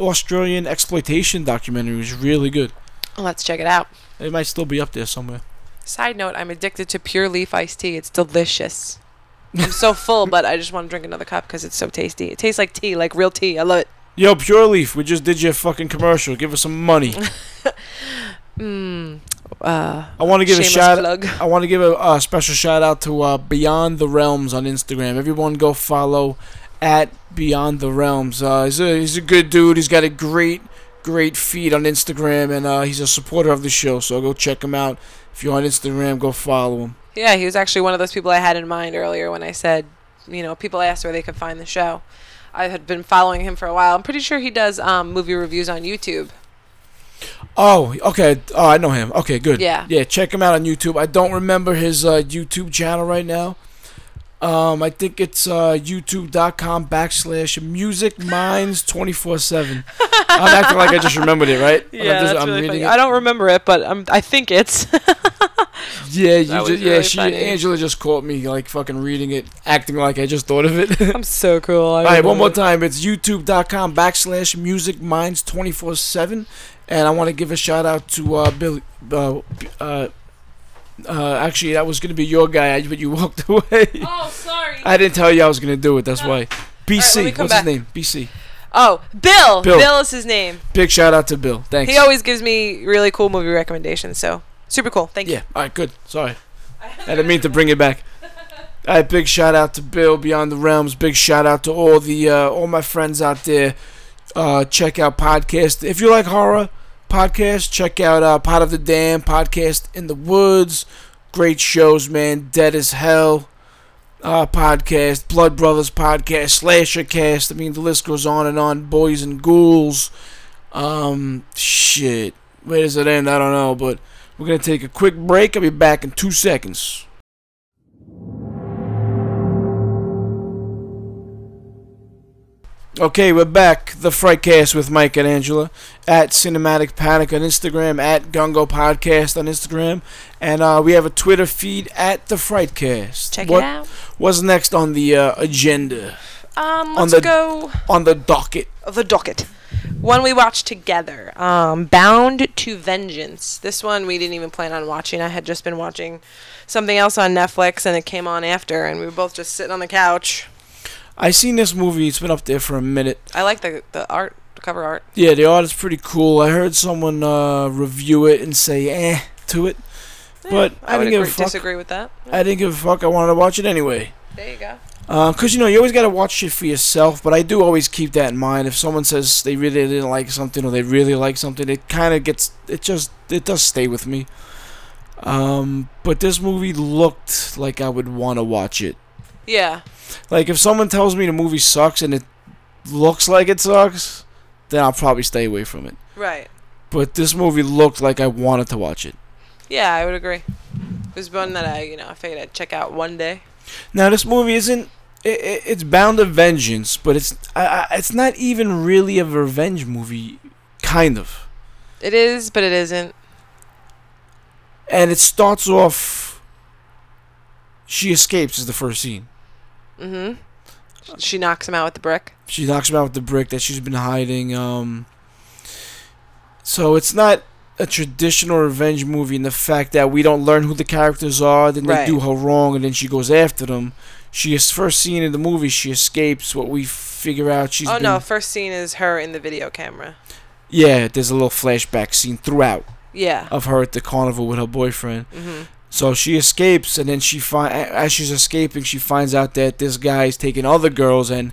Australian exploitation documentary was really good. Let's check it out. It might still be up there somewhere. Side note, I'm addicted to pure leaf iced tea. It's delicious. I'm so full, but I just want to drink another cup because it's so tasty. It tastes like tea, like real tea. I love it. Yo, Pure Leaf, we just did your fucking commercial. Give us some (laughs) money. Mmm. Uh, I want to give a shameless shout. plug. I want to give a, uh special shout out to uh, Beyond the Realms on Instagram. Everyone go follow at Beyond the Realms. Uh, he's, a, he's a good dude. He's got a great, great feed on Instagram, and uh, he's a supporter of the show. So go check him out. If you're on Instagram, go follow him. Yeah, he was actually one of those people I had in mind earlier when I said, you know, people asked where they could find the show. I had been following him for a while. I'm pretty sure he does um, movie reviews on YouTube. Oh, okay. Oh, I know him. Okay, good. Yeah. Yeah, check him out on YouTube. I don't remember his uh, YouTube channel right now. Um, I think it's uh, youtube.com backslash music minds 24 7. (laughs) I'm acting like I just remembered it, right? I'm just- I'm reading I don't remember it, but i I think (laughs) it's. it. Yeah, you That just, was yeah really she, funny. Angela just caught me like fucking reading it, acting like I just thought of it. I'm so cool. All right, one more time. It's youtube.com backslash music minds 24 7. And I want to give a shout out to uh, Billy. Uh, uh, uh, actually, that was going to be your guy, but you walked (laughs) away. Oh, sorry. I didn't tell you I was going to do it. That's why. BC. me what's come back. his name? BC. oh, Bill. Bill. Bill is his name. Big shout out to Bill. Thanks. He always gives me really cool movie recommendations, so super cool. Thank you. yeah. All right, good. Sorry. I didn't mean to bring it back. All right, big shout out to Bill Beyond the Realms. Big shout out to all the uh, all my friends out there. Uh, check out podcast if you like horror podcast. Check out uh, Pot of the Dam podcast in the woods. Great shows, man. Dead as Hell uh, podcast, Blood Brothers podcast, Slasher cast. I mean, the list goes on and on. Boys and Ghouls. Um, shit. Where does it end? I don't know, but we're gonna take a quick break. I'll be back in two seconds. Okay, we're back. The Frightcast with Mike and Angela at Cinematic Panic on Instagram, at Gungo Podcast on Instagram, and uh, we have a Twitter feed at The Frightcast. Check What- it out. What's next on the uh, agenda, Um, on let's the- go on the docket? the docket. One we watched together, um, Bound to Vengeance. This one we didn't even plan on watching. I had just been watching something else on Netflix, and it came on after, and we were both just sitting on the couch. I seen this movie. It's been up there for a minute. I like the the art, the cover art. Yeah, the art is pretty cool. I heard someone uh, review it and say eh to it, but I, would didn't give a agree- fuck. disagree with that. I didn't give a fuck. I wanted to watch it anyway. There you go. Because, you know, you always got to watch shit for yourself, but I do always keep that in mind. If someone says they really didn't like something or they really like something, it kind of gets, it just, it does stay with me. Um, but this movie looked like I would want to watch it. Yeah, Like, if someone tells me the movie sucks and it looks like it sucks, then I'll probably stay away from it. right. But this movie looked like I wanted to watch it. Yeah, I would agree. It was one that I, you know, I figured I'd check out one day. Now this movie isn't. It, it, it's bound to vengeance, but it's I, I, it's not even really a revenge movie, kind of. It is, but it isn't. And it starts off She escapes is the first scene. Mm-hmm. She knocks him out with the brick. She knocks him out with the brick that she's been hiding. Um, so it's not a traditional revenge movie in the fact that we don't learn who the characters are, then Right. they do her wrong, and then she goes after them. She is first seen in the movie. She escapes. What we figure out, she's oh been, no! First scene is her in the video camera. yeah. There's a little flashback scene throughout Yeah. Mm-hmm. of her at the carnival with her boyfriend. So she escapes, and then she find as she's escaping, she finds out that this guy's taking other girls, and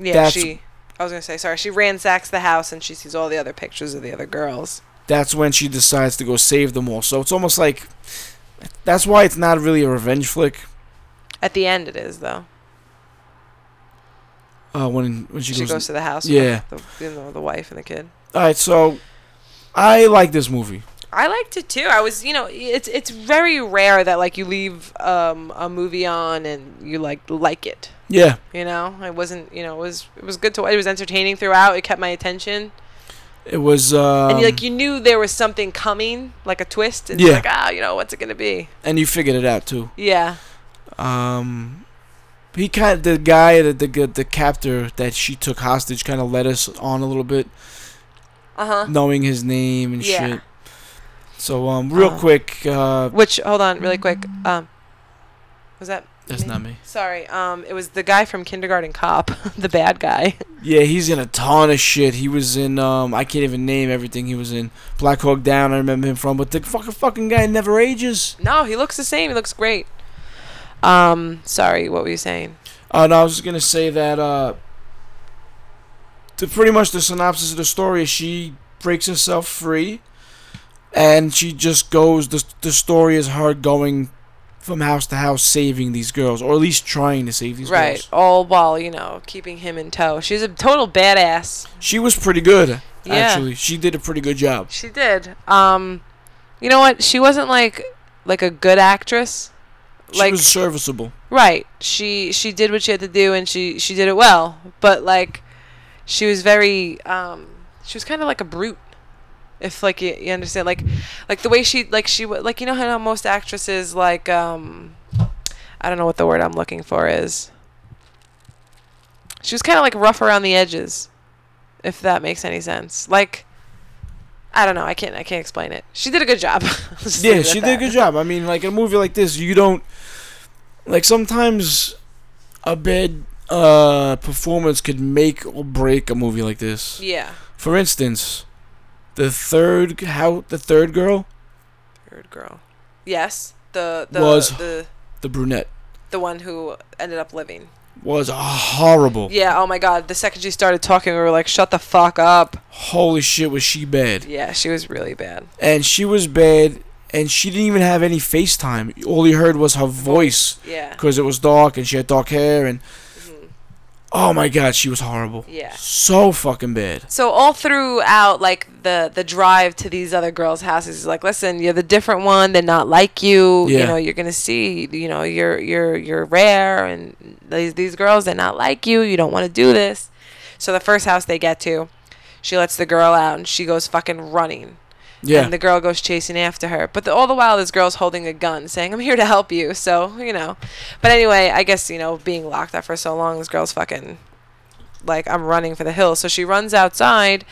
Yeah. that's- she. I was gonna say sorry. She ransacks the house and she sees all the other pictures of the other girls. that's when she decides to go save them all. So it's almost like that's why it's not really a revenge flick. At the end, it is though. Uh, when when She, she, goes, to the house. Yeah. With the, you know, the wife and the kid. All right, so I like this movie. I liked it too. I was, you know, it's it's very rare that like you leave um, a movie on and you like like it. Yeah, You know, it wasn't, you know, it was it was good to. It was entertaining throughout. It kept my attention, it was. Um, and you, like you knew there was something coming, like a twist. And Yeah. yeah. Like ah, you know, what's it gonna be? and you figured it out too. Yeah. Um, he kind of the guy the the the captor that she took hostage kind of led us on a little bit. Uh huh. knowing his name and Yeah. shit. So um, real Uh, quick, uh, Which hold on, really quick. Um, was that? that's not me. Sorry. Um, it was the guy from Kindergarten Cop, (laughs) the bad guy. Yeah, he's in a ton of shit. He was in um, I can't even name everything he was in. Black Hawk Down, I remember him from, but the fucking fucking guy never ages. No, he looks the same. He looks great. Um, sorry, what were you saying? Uh, no, I was just gonna say that uh, the pretty much the synopsis of the story is she breaks herself free, and she just goes. the The story is her going from house to house saving these girls, or at least trying to save these Right, girls. all while you know keeping him in tow. She's a total badass. She was pretty good. Yeah. Actually, she did a pretty good job. She did. Um, you know what? She wasn't like like a good actress. She Like was serviceable. right, she she did what she had to do and she she did it well. But like, she was very um she was kind of like a brute. If like you, you understand like like the way she like she wa- like you know how most actresses like um I don't know what the word I'm looking for is. She was kind of like rough around the edges, if that makes any sense. Like, I don't know. I can't. I can't explain it. She did a good job. (laughs) Let's just leave yeah, it she at did a that. good job. I mean, like in a movie like this, you don't like sometimes a bad uh, performance could make or break a movie like this. Yeah. For instance, the third how the third girl, Third girl. Yes. The the Was- the the brunette, the one who ended up living. was horrible. Yeah. Oh my God. The second she started talking, we were like, "Shut the fuck up." Holy shit, was she bad? Yeah. She was really bad. And she was bad, and she didn't even have any FaceTime. All you heard was her voice. Yeah. because it was dark and she had dark hair and oh my god she was horrible Mm-hmm. Yeah. so fucking bad So all throughout, like the the drive to these other girls' houses, is like, listen, you're the different one. They're not like you. Yeah. You know, you're gonna see. You know, you're you're you're rare, and these these girls, they're not like you. You don't want to do this. So the first house they get to, she lets the girl out, and she goes fucking running. yeah And the girl goes chasing after her. But the, all the while, this girl's holding a gun, saying, I'm here to help you. So, you know. But anyway, I guess, you know, being locked up for so long, this girl's fucking like, I'm running for the hills. So she runs outside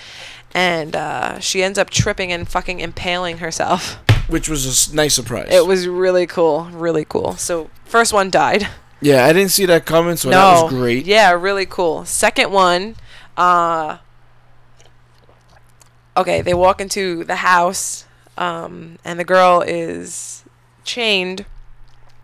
and uh, she ends up tripping and fucking impaling herself. which was a s- nice surprise It was really cool. Really cool. So, first one died. yeah i didn't see that coming so that was great Yeah, really cool. Second one, uh Okay, they walk into the house, um, and the girl is chained.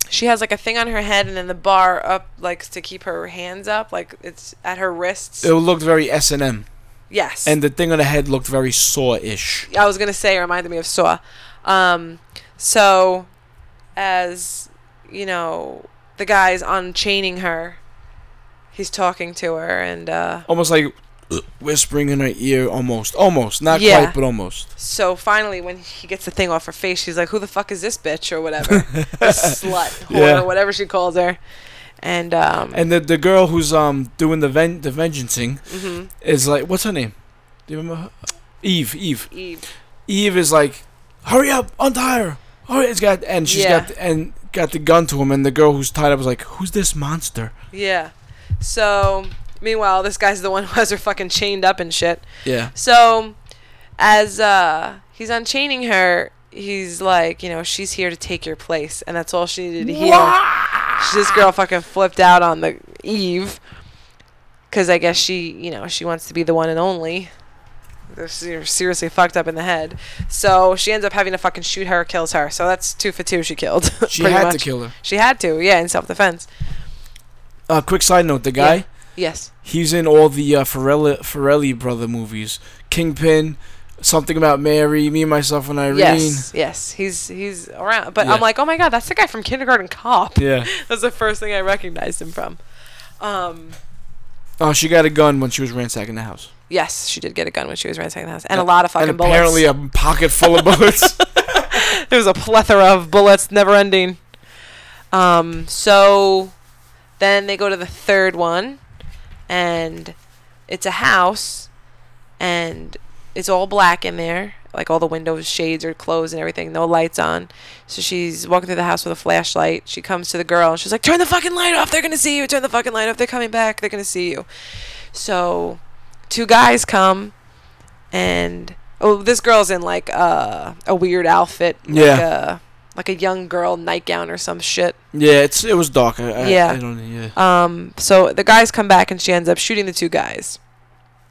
She has like a thing on her head and then the bar up like to keep her hands up, like it's at her wrists. it looked very s&m yes. Oh, and the thing on the head looked very saw-ish I was gonna say it reminded me of Saw. Um, so, as you know, the guy's unchaining her. He's talking to her, and uh, almost like (clears throat) whispering in her ear almost almost not Yeah. quite but almost so finally, when he gets the thing off her face, she's like, "Who the fuck is this bitch?" or (laughs) whatever, slut, whore, Yeah. whatever she calls her. And um, and the, the girl who's um doing the ven- the vengeancing Mm-hmm. is like what's her name do you remember her? eve eve Eve, Eve is like, "Hurry up, untie her!" Hurry, Oh, it's got and she's Yeah. got and got the gun to him, and the girl who's tied up was like, "Who's this monster?" Yeah. So, meanwhile, this guy's the one who has her fucking chained up and shit. Yeah. So, as uh, he's unchaining her, he's like, you know, she's here to take your place, and that's all she needed to hear. She- This girl fucking flipped out on the Eve, because I guess she, you know, she wants to be the one and only. They're ser- seriously fucked up in the head. So she ends up having to fucking shoot her, kills her. So that's two for two she killed. (laughs) She pretty had much. to kill her. She had to, yeah, in self defense. Uh, quick side note: the guy, Yeah. Yes. he's in all the uh, Farrelly, Farrelly brother movies, Kingpin, something about Mary, me myself and Irene. Yes, yes, he's he's around. But Yeah. I'm like, oh my god, that's the guy from Kindergarten Cop. Yeah. (laughs) That's the first thing I recognized him from. Um, Oh, she got a gun when she was ransacking the house. yes, she did get a gun when she was ransacking the house, and a lot of fucking and apparently bullets. a pocket full of bullets. (laughs) there was a plethora of bullets, never ending. Um, so then they go to the third one, and it's a house, and it's all black in there. Like all the windows, shades are closed and everything, no lights on. So she's walking through the house with a flashlight. She comes to the girl and she's like, Turn the fucking light off. They're going to see you. Turn the fucking light off. They're coming back. They're going to see you. So two guys come and. Oh, this girl's in like uh, a weird outfit. Like Yeah. a, like a young girl nightgown or some shit. yeah, it's it was dark. I, I, Yeah. I don't. Yeah. Um, so the guys come back and she ends up shooting the two guys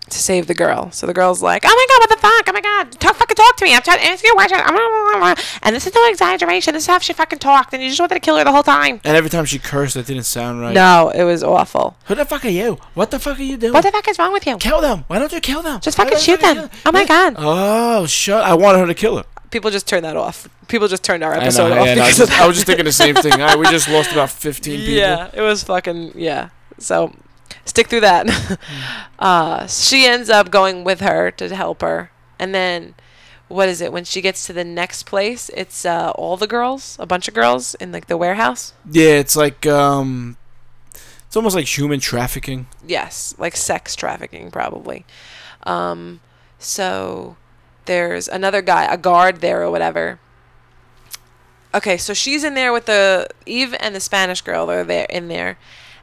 to save the girl. So the girl's like, "Oh my god, what the fuck? Oh my god, talk fucking talk to me. I'm trying to ask you a question. I'm blah, blah, blah, blah. And this is no exaggeration. This is how she fucking talked, and you just wanted to kill her the whole time." And every time she cursed, it didn't sound right. No, it was awful. Who the fuck are you? What the fuck are you doing? What the fuck is wrong with you? kill them. Why don't you kill them? Just Why fucking don't shoot you them. kill Oh my god. Oh, shut. I wanted her to kill her. People just turned that off. People just turned our episode off. I, was (laughs) because just, of I was just thinking the same thing. I, we just lost about 15 people. Yeah, it was fucking yeah. So stick through that. (laughs) uh, she ends up going with her to help her, and then what is it? When she gets to the next place, it's uh, all the girls, a bunch of girls in like the warehouse. Yeah, it's like um, it's almost like human trafficking. Yes, like sex trafficking probably. Um, so there's another guy, a guard there or whatever. Okay, so she's in there with the Eve and the Spanish girl. They're there in there.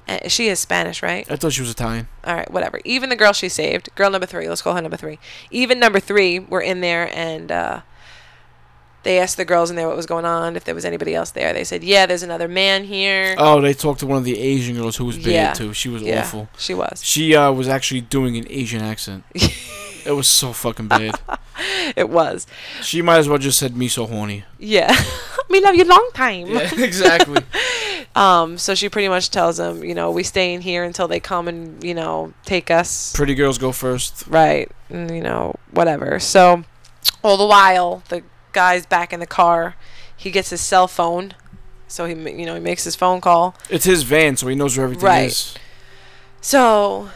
Uh, she is Spanish, right? I thought she was Italian. all right, whatever. Even the girl she saved, girl number three, let's call her number three. Even number three were in there and uh, they asked the girls in there what was going on, if there was anybody else there. They said, yeah, there's another man here. Oh, they talked to one of the Asian girls who was bad Yeah. too. She was yeah, awful. She was. She uh, was actually doing an (laughs) Asian accent. it was so fucking bad. It was. She might as well just said me so horny. Yeah. (laughs) Me love you long time. (laughs) exactly. Um, so she pretty much tells them, you know, we stay in here until they come and, you know, take us. Pretty girls go first. right and, you know whatever so all the while the guy's back in the car he gets his cell phone so he ma- you know he makes his phone call It's his van, so he knows where everything Right. is. so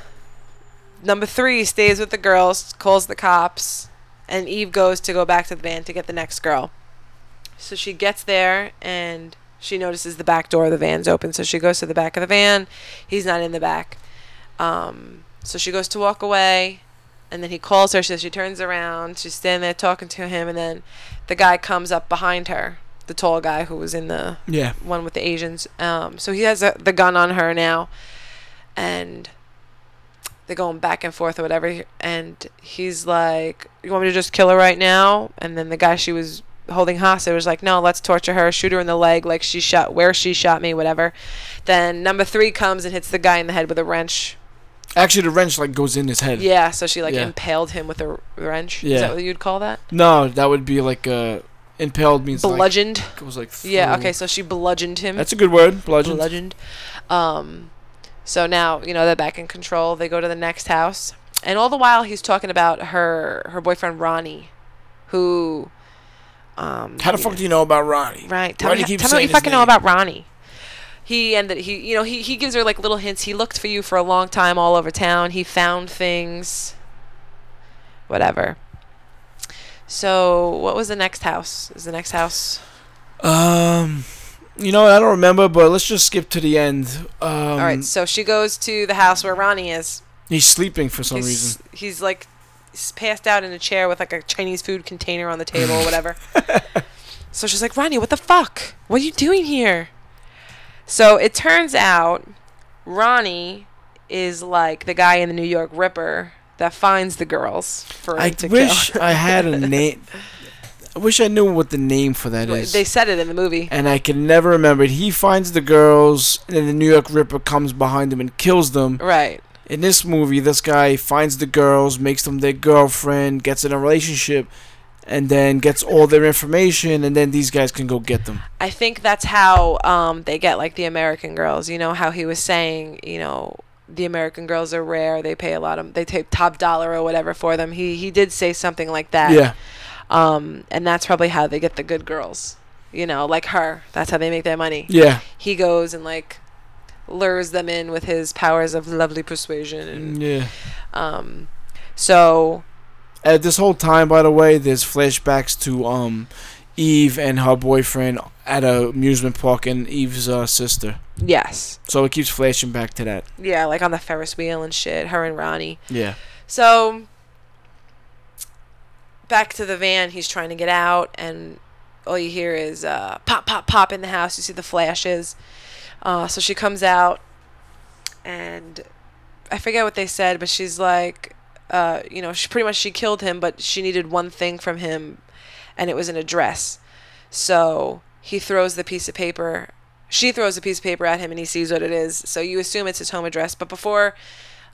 number three stays with the girls calls the cops and eve goes to go back to the van to get the next girl so she gets there and she notices the back door of the van's open so she goes to the back of the van he's not in the back um, so she goes to walk away and then he calls her. So she turns around. She's standing there talking to him, and then the guy comes up behind her, the tall guy who was in the Yeah. one with the Asians. Um, so he has a, the gun on her now, and they're going back and forth or whatever. And he's like, "You want me to just kill her right now?" And then the guy she was holding hostage was like, "No, let's torture her, shoot her in the leg, like she shot where she shot me, whatever." Then number three comes and hits the guy in the head with a wrench. Actually, the wrench like goes in his head. Yeah, so she like Yeah. impaled him with a r- wrench. Is Yeah. that what you'd call that? No, that would be like uh, impaled means like Mm. Bludgeoned. goes like. yeah, through. okay, so she bludgeoned him. That's a good word. Bludgeon. bludgeoned. Um, so now, you know, they're back in control. They go to the next house. And all the while he's talking about her her boyfriend Ronnie, who um How the fuck do you know about Ronnie? Right. Why Tell do me, you keep tell me what saying you his fucking know name? about Ronnie. He and that he, you know, he, he gives her like little hints. He looked for you for a long time all over town. He found things. Whatever. So, what was the next house? Is the next house? Um, you know, I don't remember, but let's just skip to the end. Um, All All right. So she goes to the house where Ronnie is. He's sleeping for some he's, reason. He's like s- passed out in a chair with like a Chinese food container on the table (laughs) or whatever. so she's like, Ronnie, what the fuck? What are you doing here? So it turns out Ronnie is like the guy in the New York Ripper that finds the girls for him I to wish kill. I had a name. I wish I knew what the name for that (laughs) is. they said it in the movie. and I can never remember it. He finds the girls, and then the New York Ripper comes behind them and kills them. Right. In this movie, this guy finds the girls, makes them their girlfriend, gets in a relationship, and then gets all their information, and then these guys can go get them. I think that's how um, they get like the American girls. You know how he was saying, you know, the American girls are rare. They pay a lot of, they take top dollar or whatever for them. He he did say something like that. Yeah. Um, and that's probably how they get the good girls. You know, like her. That's how they make their money. Yeah. He goes and like lures them in with his powers of lovely persuasion and Yeah. um, so At this whole time, by the way, there's flashbacks to um, Eve and her boyfriend at a amusement park, and Eve's uh, sister. yes, So it keeps flashing back to that. yeah, like on the Ferris wheel and shit. Her and Ronnie. Yeah. So back to the van, he's trying to get out, and all you hear is uh, pop, pop, pop in the house. You see the flashes. Uh, so she comes out, and I forget what they said, but she's like, uh, you know, she pretty much she killed him, but she needed one thing from him, and it was an address. So he throws the piece of paper. She throws a piece of paper at him, and he sees what it is. So you assume it's his home address, but before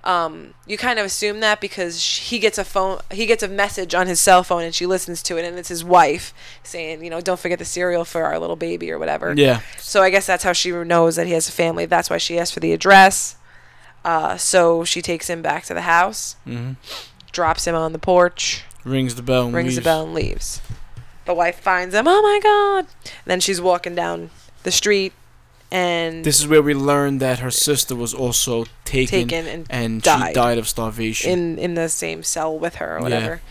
um, you kind of assume that because sh- he gets a phone, he gets a message on his cell phone, and she listens to it, and it's his wife saying, you know, don't forget the cereal for our little baby or whatever. Yeah. So I guess that's how she knows that he has a family. That's why she asked for the address. Uh, so she takes him back to the house, hmm drops him on the porch, Rings the bell. And rings the leaves. bell, and leaves. The wife finds him. Oh my god! then she's walking down the street, and This is where we learned that her sister was also taken, taken and and she died. died of starvation. in in the same cell with her or Yeah. whatever.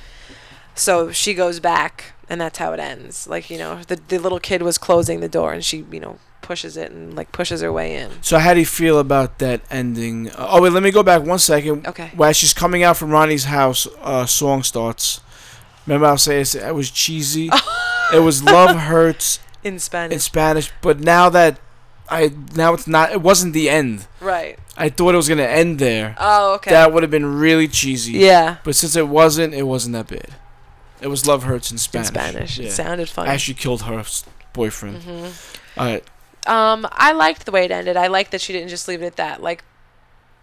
So she goes back, and that's how it ends. Like you know, the the little kid was closing the door, and she you know pushes it and like pushes her way in. so how do you feel about that ending? Uh, oh wait, let me go back one second. Okay. While she's coming out from Ronnie's house, uh, song starts. Remember, I was saying it's- it was (laughs) cheesy. it was "Love Hurts" In in Spanish, Spanish, but now that I now it's not. It wasn't the end. right? I thought it was gonna end there. Oh, okay. That would have been really cheesy. yeah. But since it wasn't, it wasn't that bad. It was "Love Hurts" in Spanish. In Spanish, Yeah. it sounded funny. Actually killed her s- boyfriend. hmm All right. Um, I liked the way it ended. I liked that she didn't just leave it at that. Like,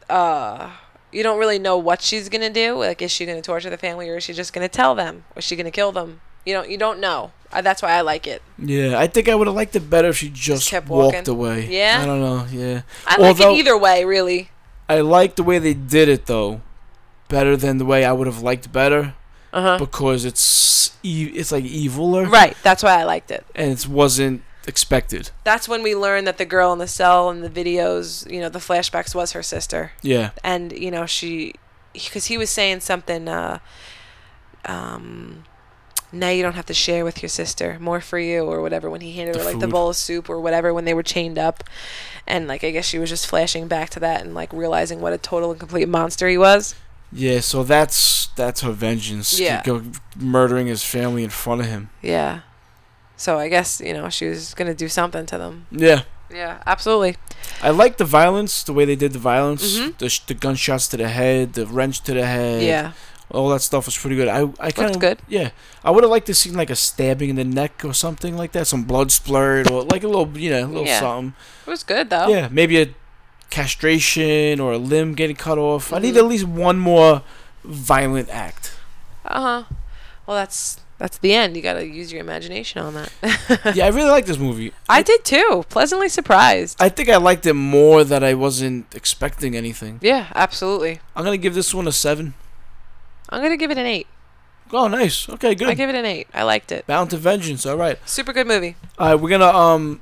uh, you don't really know what she's gonna do. Like, is she gonna torture the family, or is she just gonna tell them? Or is she gonna kill them? You don't. You don't know. Uh, that's why I like it. Yeah, I think I would have liked it better if she just, kept walked walking. away. Yeah? I don't know. Yeah. I Although- like it either way, really. I like the way they did it though, better than the way I would have liked better Uh huh. because it's e- it's like eviler Right. That's why I liked it. and it wasn't expected. That's when we learned that the girl in the cell and the videos, you know, the flashbacks was her sister. Yeah. and you know she because he was saying something uh um now you don't have to share with your sister more for you or whatever when he handed The her like the food. bowl of soup or whatever when they were chained up and like i guess she was just flashing back to that and like realizing what a total and complete monster he was Yeah, so that's that's her vengeance. Yeah. Go murdering his family in front of him. yeah so i guess you know she was gonna do something to them Yeah. yeah absolutely I like the violence, the way they did the violence, Mhm. the, sh- the gunshots to the head, the wrench to the head. yeah all that stuff was pretty good. I I kind of good. Yeah, I would have liked to see like a stabbing in the neck or something like that, some blood splurt or like a little you know a little Yeah. Oh. something. it was good though Yeah, maybe a castration or a limb getting cut off. I need Mhm. at least one more violent act. (laughs) uh-huh well that's that's the end you gotta use your imagination on that (laughs) yeah, I really like this movie. i did too pleasantly surprised I think I liked it more that I wasn't expecting anything. yeah absolutely I'm gonna give this one a seven. I'm gonna give it an eight. Oh, nice. Okay, I good. give it an eight. I liked it. Bound to Vengeance. All right. Super good movie. All right, we're gonna um,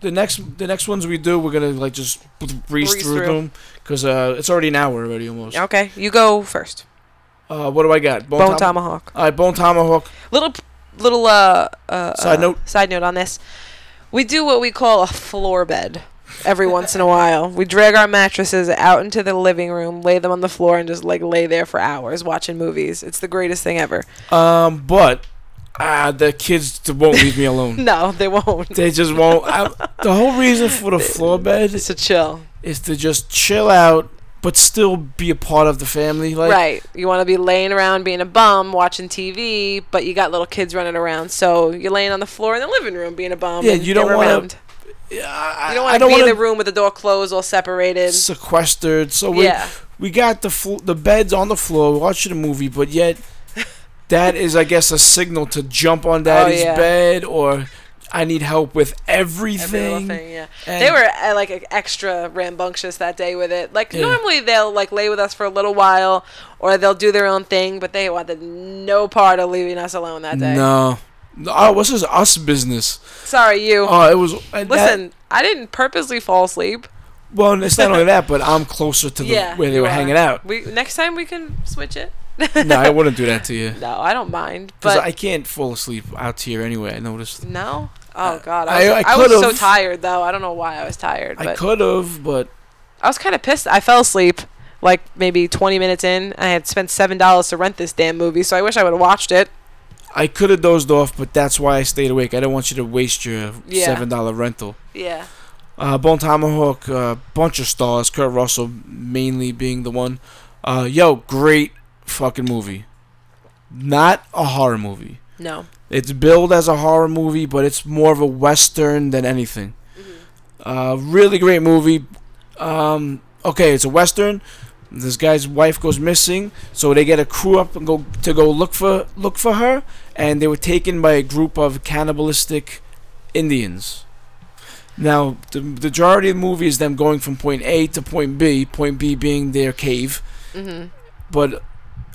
the next the next ones we do, we're gonna like just breeze, Breeze through, through. them because uh, it's already an hour already almost. Okay, you go first. Uh, what do I got? Bone, Tom- tomahawk. All right, Bone Tomahawk. Little little uh, uh Side uh, note. Side note on this. We do what we call a floor bed. every once in a while. We drag our mattresses out into the living room, lay them on the floor, and just like lay there for hours watching movies. It's the greatest thing ever. Um, but ah, the kids t- won't leave me (laughs) alone. No, they won't. They just won't. I, the whole reason for the floor bed It's to chill. is to just chill out, but still be a part of the family. Like, right. You want to be laying around being a bum, watching TV, but you got little kids running around. So you're laying on the floor in the living room being a bum. Yeah, and you don't they're wanna- around. I, You don't want I to don't be in want the room with the door closed, all separated. sequestered. So we Yeah. we got the fl- the beds on the floor we're watching a movie, but (laughs) yet that is, I guess, a signal to jump on Daddy's Oh, yeah. bed or I need help with Every little everything. thing, yeah. and- they were uh, like e- extra rambunctious that day with it. Like Yeah. normally they'll like lay with us for a little while, or they'll do their own thing, but they wanted no part of leaving us alone that day. No. No, Oh, what's this us business? Sorry, you. Oh, it was. and that- Listen, I didn't purposely fall asleep. well, it's not only that, but I'm closer to the Yeah, where they you were are. (laughs) hanging out. We next time we can switch it. no, I wouldn't do that to you. No, I don't mind. Because But I can't fall asleep out here anyway. I noticed. no. Oh God, I- I was, I I was so could've. tired though. I don't know why I was tired, I but could have, but I was kind of pissed. I fell asleep like maybe 20 minutes in. I had spent seven dollars to rent this damn movie, so I wish I would have watched it. I could have dozed off. But that's why I stayed awake. I didn't want you to waste your Yeah. seven dollar rental. Yeah. Uh, Bone Tomahawk, uh, bunch of stars. Kurt Russell mainly being the one. Uh, yo, great fucking movie. Not a horror movie. No. It's billed as a horror movie, but it's more of a western than anything. Uh, really great movie. Um, okay, it's a western. This guy's wife goes missing, so they get a crew up and go to go look for look for her, and they were taken by a group of cannibalistic Indians. Now, the majority of the movie is them going from point A to point B, point B being their cave. Mhm. But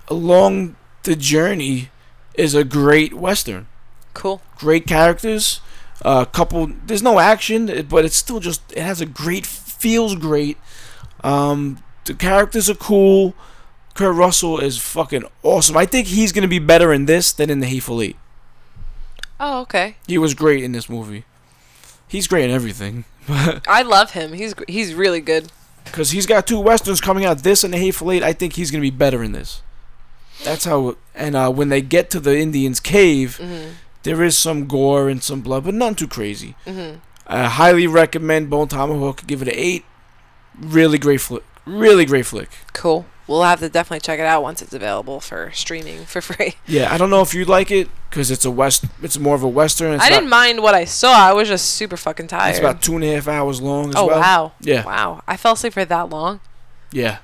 along the journey is a great western Cool. great characters. A couple. There's no action, it- but it's still just. It has a great. Feels great. Um, the characters are cool. Kurt Russell is fucking awesome. I think he's gonna be better in this than in the Hateful Eight. Oh, okay. He was great in this movie. He's great in everything, I love him. He's gr- he's really good. cause he's got two westerns coming out. This and the Hateful Eight. I think he's gonna be better in this. That's how. And uh, when they get to the Indians' cave, Mhm. there is some gore and some blood, but none too crazy. Mhm. I highly recommend Bone Tomahawk. Give it an eight. Really great flick. Really great flick. Cool. We'll have to definitely check it out once it's available for streaming for (laughs) free. Yeah, I don't know if you like it because it's a west. It's more of a western. It's I about, didn't mind what I saw. I was just super fucking tired. It's about two and a half hours long. As oh well. wow. Yeah. Wow. I fell asleep for that long, Yeah.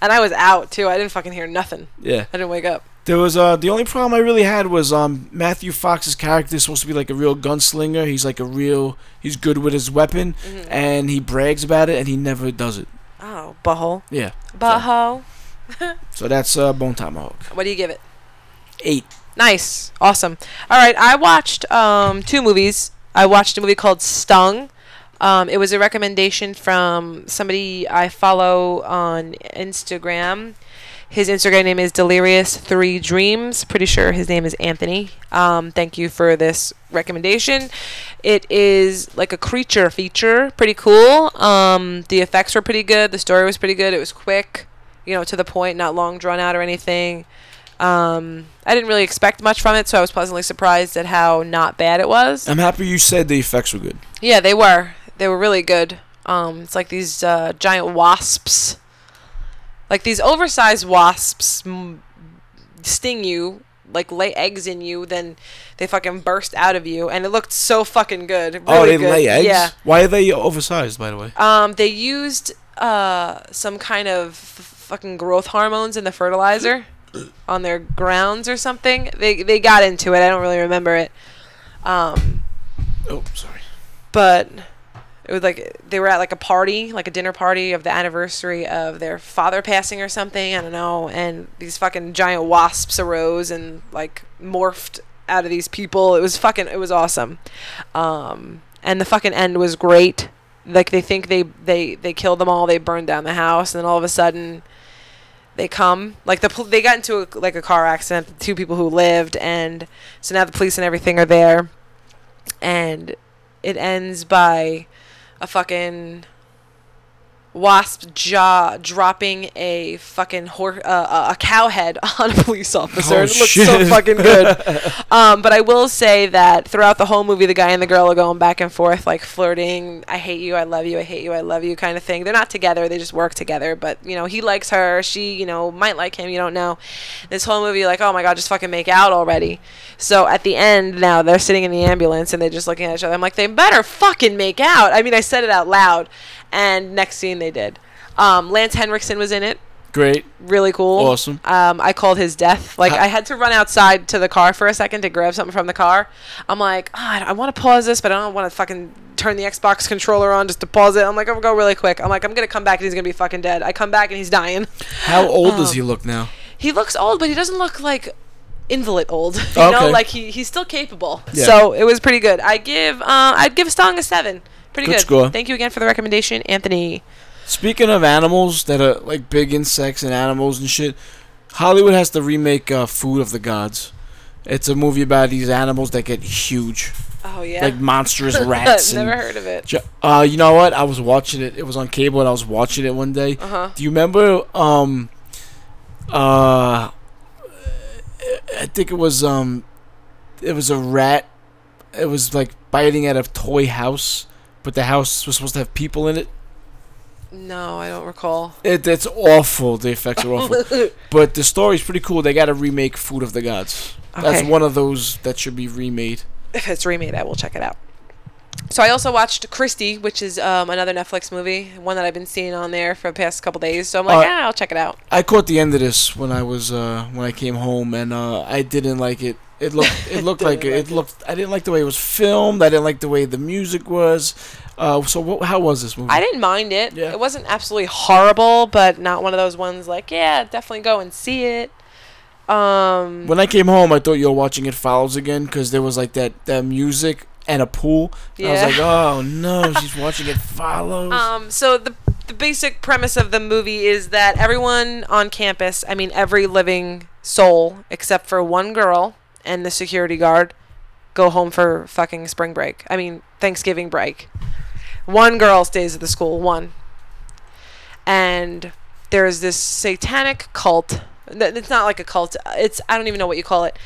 and I was out too. I didn't fucking hear nothing. Yeah. I didn't wake up. There was uh the only problem I really had was um Matthew Fox's character is supposed to be like a real gunslinger. He's like a real. He's good with his weapon, and he brags about it, and he never does it. Oh, butthole. Yeah. Butthole. So that's uh Bone Tomahawk. What do you give it? Eight. Nice. Awesome. All right. I watched um, two movies. I watched a movie called Stung. Um, it was a recommendation from somebody I follow on Instagram. His Instagram name is Delirious Three Dreams. Pretty sure his name is Anthony. Um, thank you for this recommendation. It is like a creature feature. Pretty cool. Um, the effects were pretty good. The story was pretty good. It was quick, you know, to the point, not long drawn out or anything. Um, I didn't really expect much from it, so I was pleasantly surprised at how not bad it was. I'm happy you said the effects were good. Yeah, they were. They were really good. Um, it's like these uh, giant wasps, like these oversized wasps, m- sting you, like lay eggs in you, then they fucking burst out of you, and it looked so fucking good. Really oh, they good. lay eggs. Yeah. Why are they oversized, by the way? Um, they used uh, some kind of f- fucking growth hormones in the fertilizer on their grounds or something. They they got into it. I don't really remember it. Um, Oh, sorry. but it was like they were at like a party, like a dinner party of the anniversary of their father passing or something. I don't know. And these fucking giant wasps arose and like morphed out of these people. It was fucking. It was awesome. Um, and the fucking end was great. Like they think they they they killed them all. They burned down the house, and then all of a sudden they come like the pol- they got into a, like a car accident the two people who lived and so now the police and everything are there and it ends by a fucking wasp jaw dropping a fucking horse, uh, a cow head (laughs) on a police officer. Oh, it looks so shit. fucking good. um, but I will say that throughout the whole movie, the guy and the girl are going back and forth, like flirting. I hate you. I love you. I hate you. I love you. Kind of thing. They're not together. They just work together. But you know, he likes her. She, you know, might like him. You don't know. This whole movie, like, oh my god, just fucking make out already. So at the end, now they're sitting in the ambulance and they're just looking at each other. I'm like, they better fucking make out. I mean, I said it out loud. And next scene, they did. Um, Lance Henriksen was in it. Great. Really cool. Awesome. Um, I called his death. Like, Ha- I had to run outside to the car for a second to grab something from the car. I'm like, oh, I want to pause this, but I don't want to fucking turn the Xbox controller on just to pause it. I'm like, I'm going to go really quick. I'm like, I'm going to come back and he's going to be fucking dead. I come back and he's dying. How old does he look now? He looks old, but he doesn't look like invalid old. (laughs) You know, Okay. like he, he's still capable. Yeah. So it was pretty good. I give uh, I'd give Stong a seven. Pretty Good good. score. Thank you again for the recommendation, Anthony. Speaking of animals that are like big insects and animals and shit, Hollywood has to remake uh, Food of the Gods. It's a movie about these animals that get huge, Oh yeah. (laughs) like monstrous rats. Never and, heard of it. Ju- Uh, you know what? I was watching it. It was on cable, and I was watching it one day. Uh-huh. Do you remember? Um, uh, I think it was um, it was a rat. It was like biting at a toy house, but the house was supposed to have people in it. No, I don't recall. It, it's awful. The effects (laughs) are awful. but the story's pretty cool. They got to remake Food of the Gods. That's Okay. one of those that should be remade. If it's remade, I will check it out. So I also watched Christie, which is um, another Netflix movie, one that I've been seeing on there for the past couple days. So I'm like, Uh, ah, I'll check it out. I caught the end of this when I was uh, when I came home, and uh, I didn't like it. (laughs) It looked it looked like it, it looked. I didn't like the way it was filmed. I didn't like the way the music was. Uh, so what, how was this movie? I didn't mind it. Yeah. It wasn't absolutely horrible, but not one of those ones like, yeah, definitely go and see it. Um, when I came home, I thought you were watching It Follows again because there was like that that music and a pool. I was Yeah. like, oh no, she's watching It (laughs) Follows. Um, so the the basic premise of the movie is that everyone on campus, I mean every living soul except for one girl and the security guard, go home for fucking spring break. I mean Thanksgiving break. One girl stays at the school. One. And there's this satanic cult. Th- It's not like a cult. It's I don't even know what you call it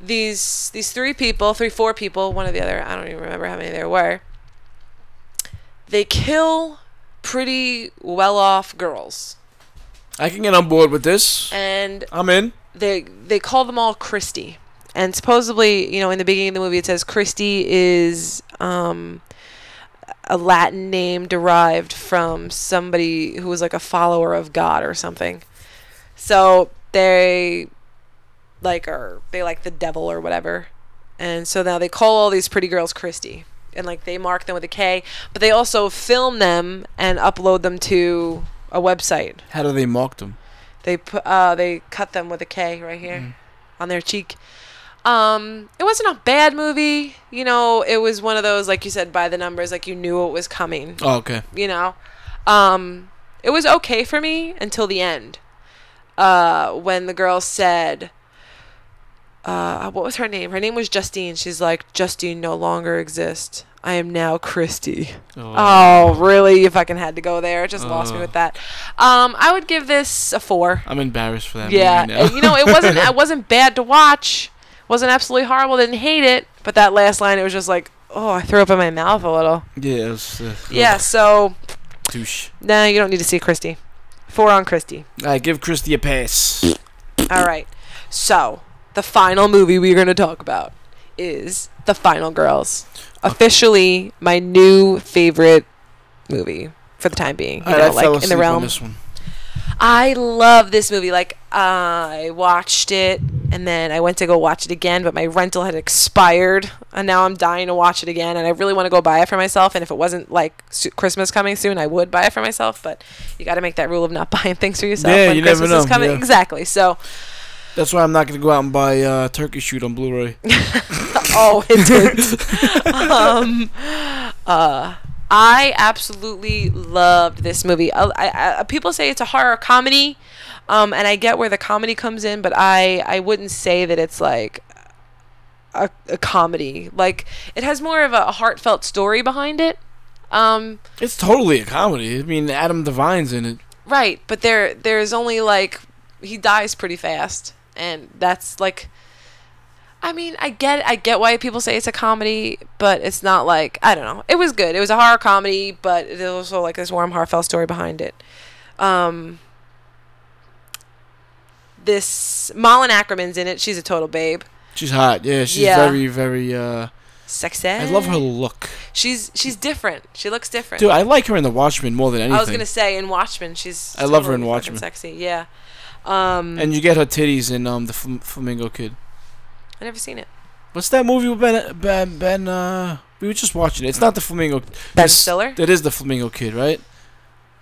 these these three people, three four people, one or the other, I don't even remember how many there were. They kill pretty well-off girls, I can get on board with this. and I'm in. they they call them all Christie. And supposedly, you know, in the beginning of the movie, it says Christie is um, a Latin name derived from somebody who was like a follower of God or something. So they like are they like the devil or whatever. And so now they call all these pretty girls Christie. And like they mark them with a K, but they also film them and upload them to a website. How do they mock them? They put uh, they cut them with a K right here on their cheek. Um, it wasn't a bad movie, you know. It was one of those, like you said, by the numbers, like you knew it was coming, Oh, okay. you know. Um, it was okay for me until the end, uh, when the girl said, uh, "What was her name? Her name was Justine." She's like, "Justine no longer exists. I am now Christy." Oh, really? You fucking had to go there. It just lost me Oh. with that. Um, I would give this a four. I'm embarrassed for that. Yeah, movie (laughs) now. and, you know, it wasn't (laughs) it wasn't bad to watch. wasn't absolutely horrible. Didn't hate it, but that last line, it was just like, oh, I threw up in my mouth a little. yeah, it was, uh, Yeah, so Douche. nah, you don't need to see Christy. Four on Christy. I give Christy a pass. All right. So the final movie we're going to talk about is The Final Girls. Officially, my new favorite movie for the time Uh, being. You know, like in the realm. this one. I love this movie. Like I watched it and then I went to go watch it again, but my rental had expired, and now I'm dying to watch it again. And I really want to go buy it for myself. And if it wasn't like su- Christmas coming soon, I would buy it for myself. But you got to make that rule of not (laughs) buying things for yourself Yeah, when you never Christmas is know, coming. yeah. Exactly. So, That's why I'm not gonna go out and buy uh, Turkey Shoot (laughs) on Blu-ray. oh, it did. (laughs) um, uh, I absolutely loved this movie. Uh, I, I, I, people say it's a horror comedy, um, and I get where the comedy comes in, but I, I wouldn't say that it's like a, a comedy. Like it has more of a heartfelt story behind it. Um, It's totally a comedy. I mean, Adam Devine's in it. right, but there there's only like he dies pretty fast, and that's like. I mean, I get I get why people say it's a comedy, but it's not like I don't know. It was good. It was a horror comedy, but there's also like this warm, heartfelt story behind it. Um, this Malin Ackerman's in it. She's a total babe. She's hot. Yeah, she's Yeah. Eh. very, very. uh Sexy. I love her look, She's she's different. She looks different. dude. I like her in The Watchmen more than anything. I was gonna say in Watchmen, she's. I love her in totally fucking Watchmen. Sexy, yeah. Um, And you get her titties in um the Flam- Flamingo Kid. I never seen it. What's that movie with Ben? Ben? Ben? Uh, we were just watching it. It's not the Flamingo. Ben this- Stiller, That is the Flamingo Kid, right?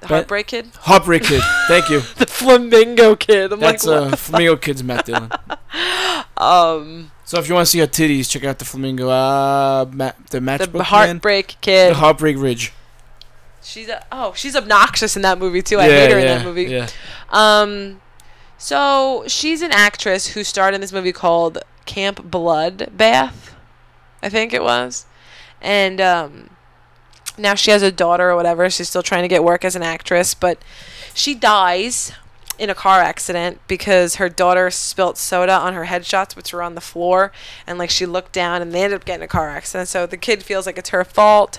the Ben- Heartbreak Kid, Heartbreak Kid. Thank you. (laughs) the Flamingo Kid. I'm That's like, uh, Flamingo Kid's Matt Dillon. what? um, So if you want to see her titties, check out the Flamingo. Uh, ma- the the Matchbook Man. Heartbreak Kid. The Heartbreak Ridge. she's a, oh, she's obnoxious in that movie too. I hate her in that movie. Yeah. Um, so she's an actress who starred in this movie called Camp Blood Bath, I think it was, and um, now she has a daughter or whatever. She's still trying to get work as an actress, but she dies in a car accident because her daughter spilt soda on her headshots, which were on the floor, and like she looked down and they ended up getting a car accident. So the kid feels like it's her fault.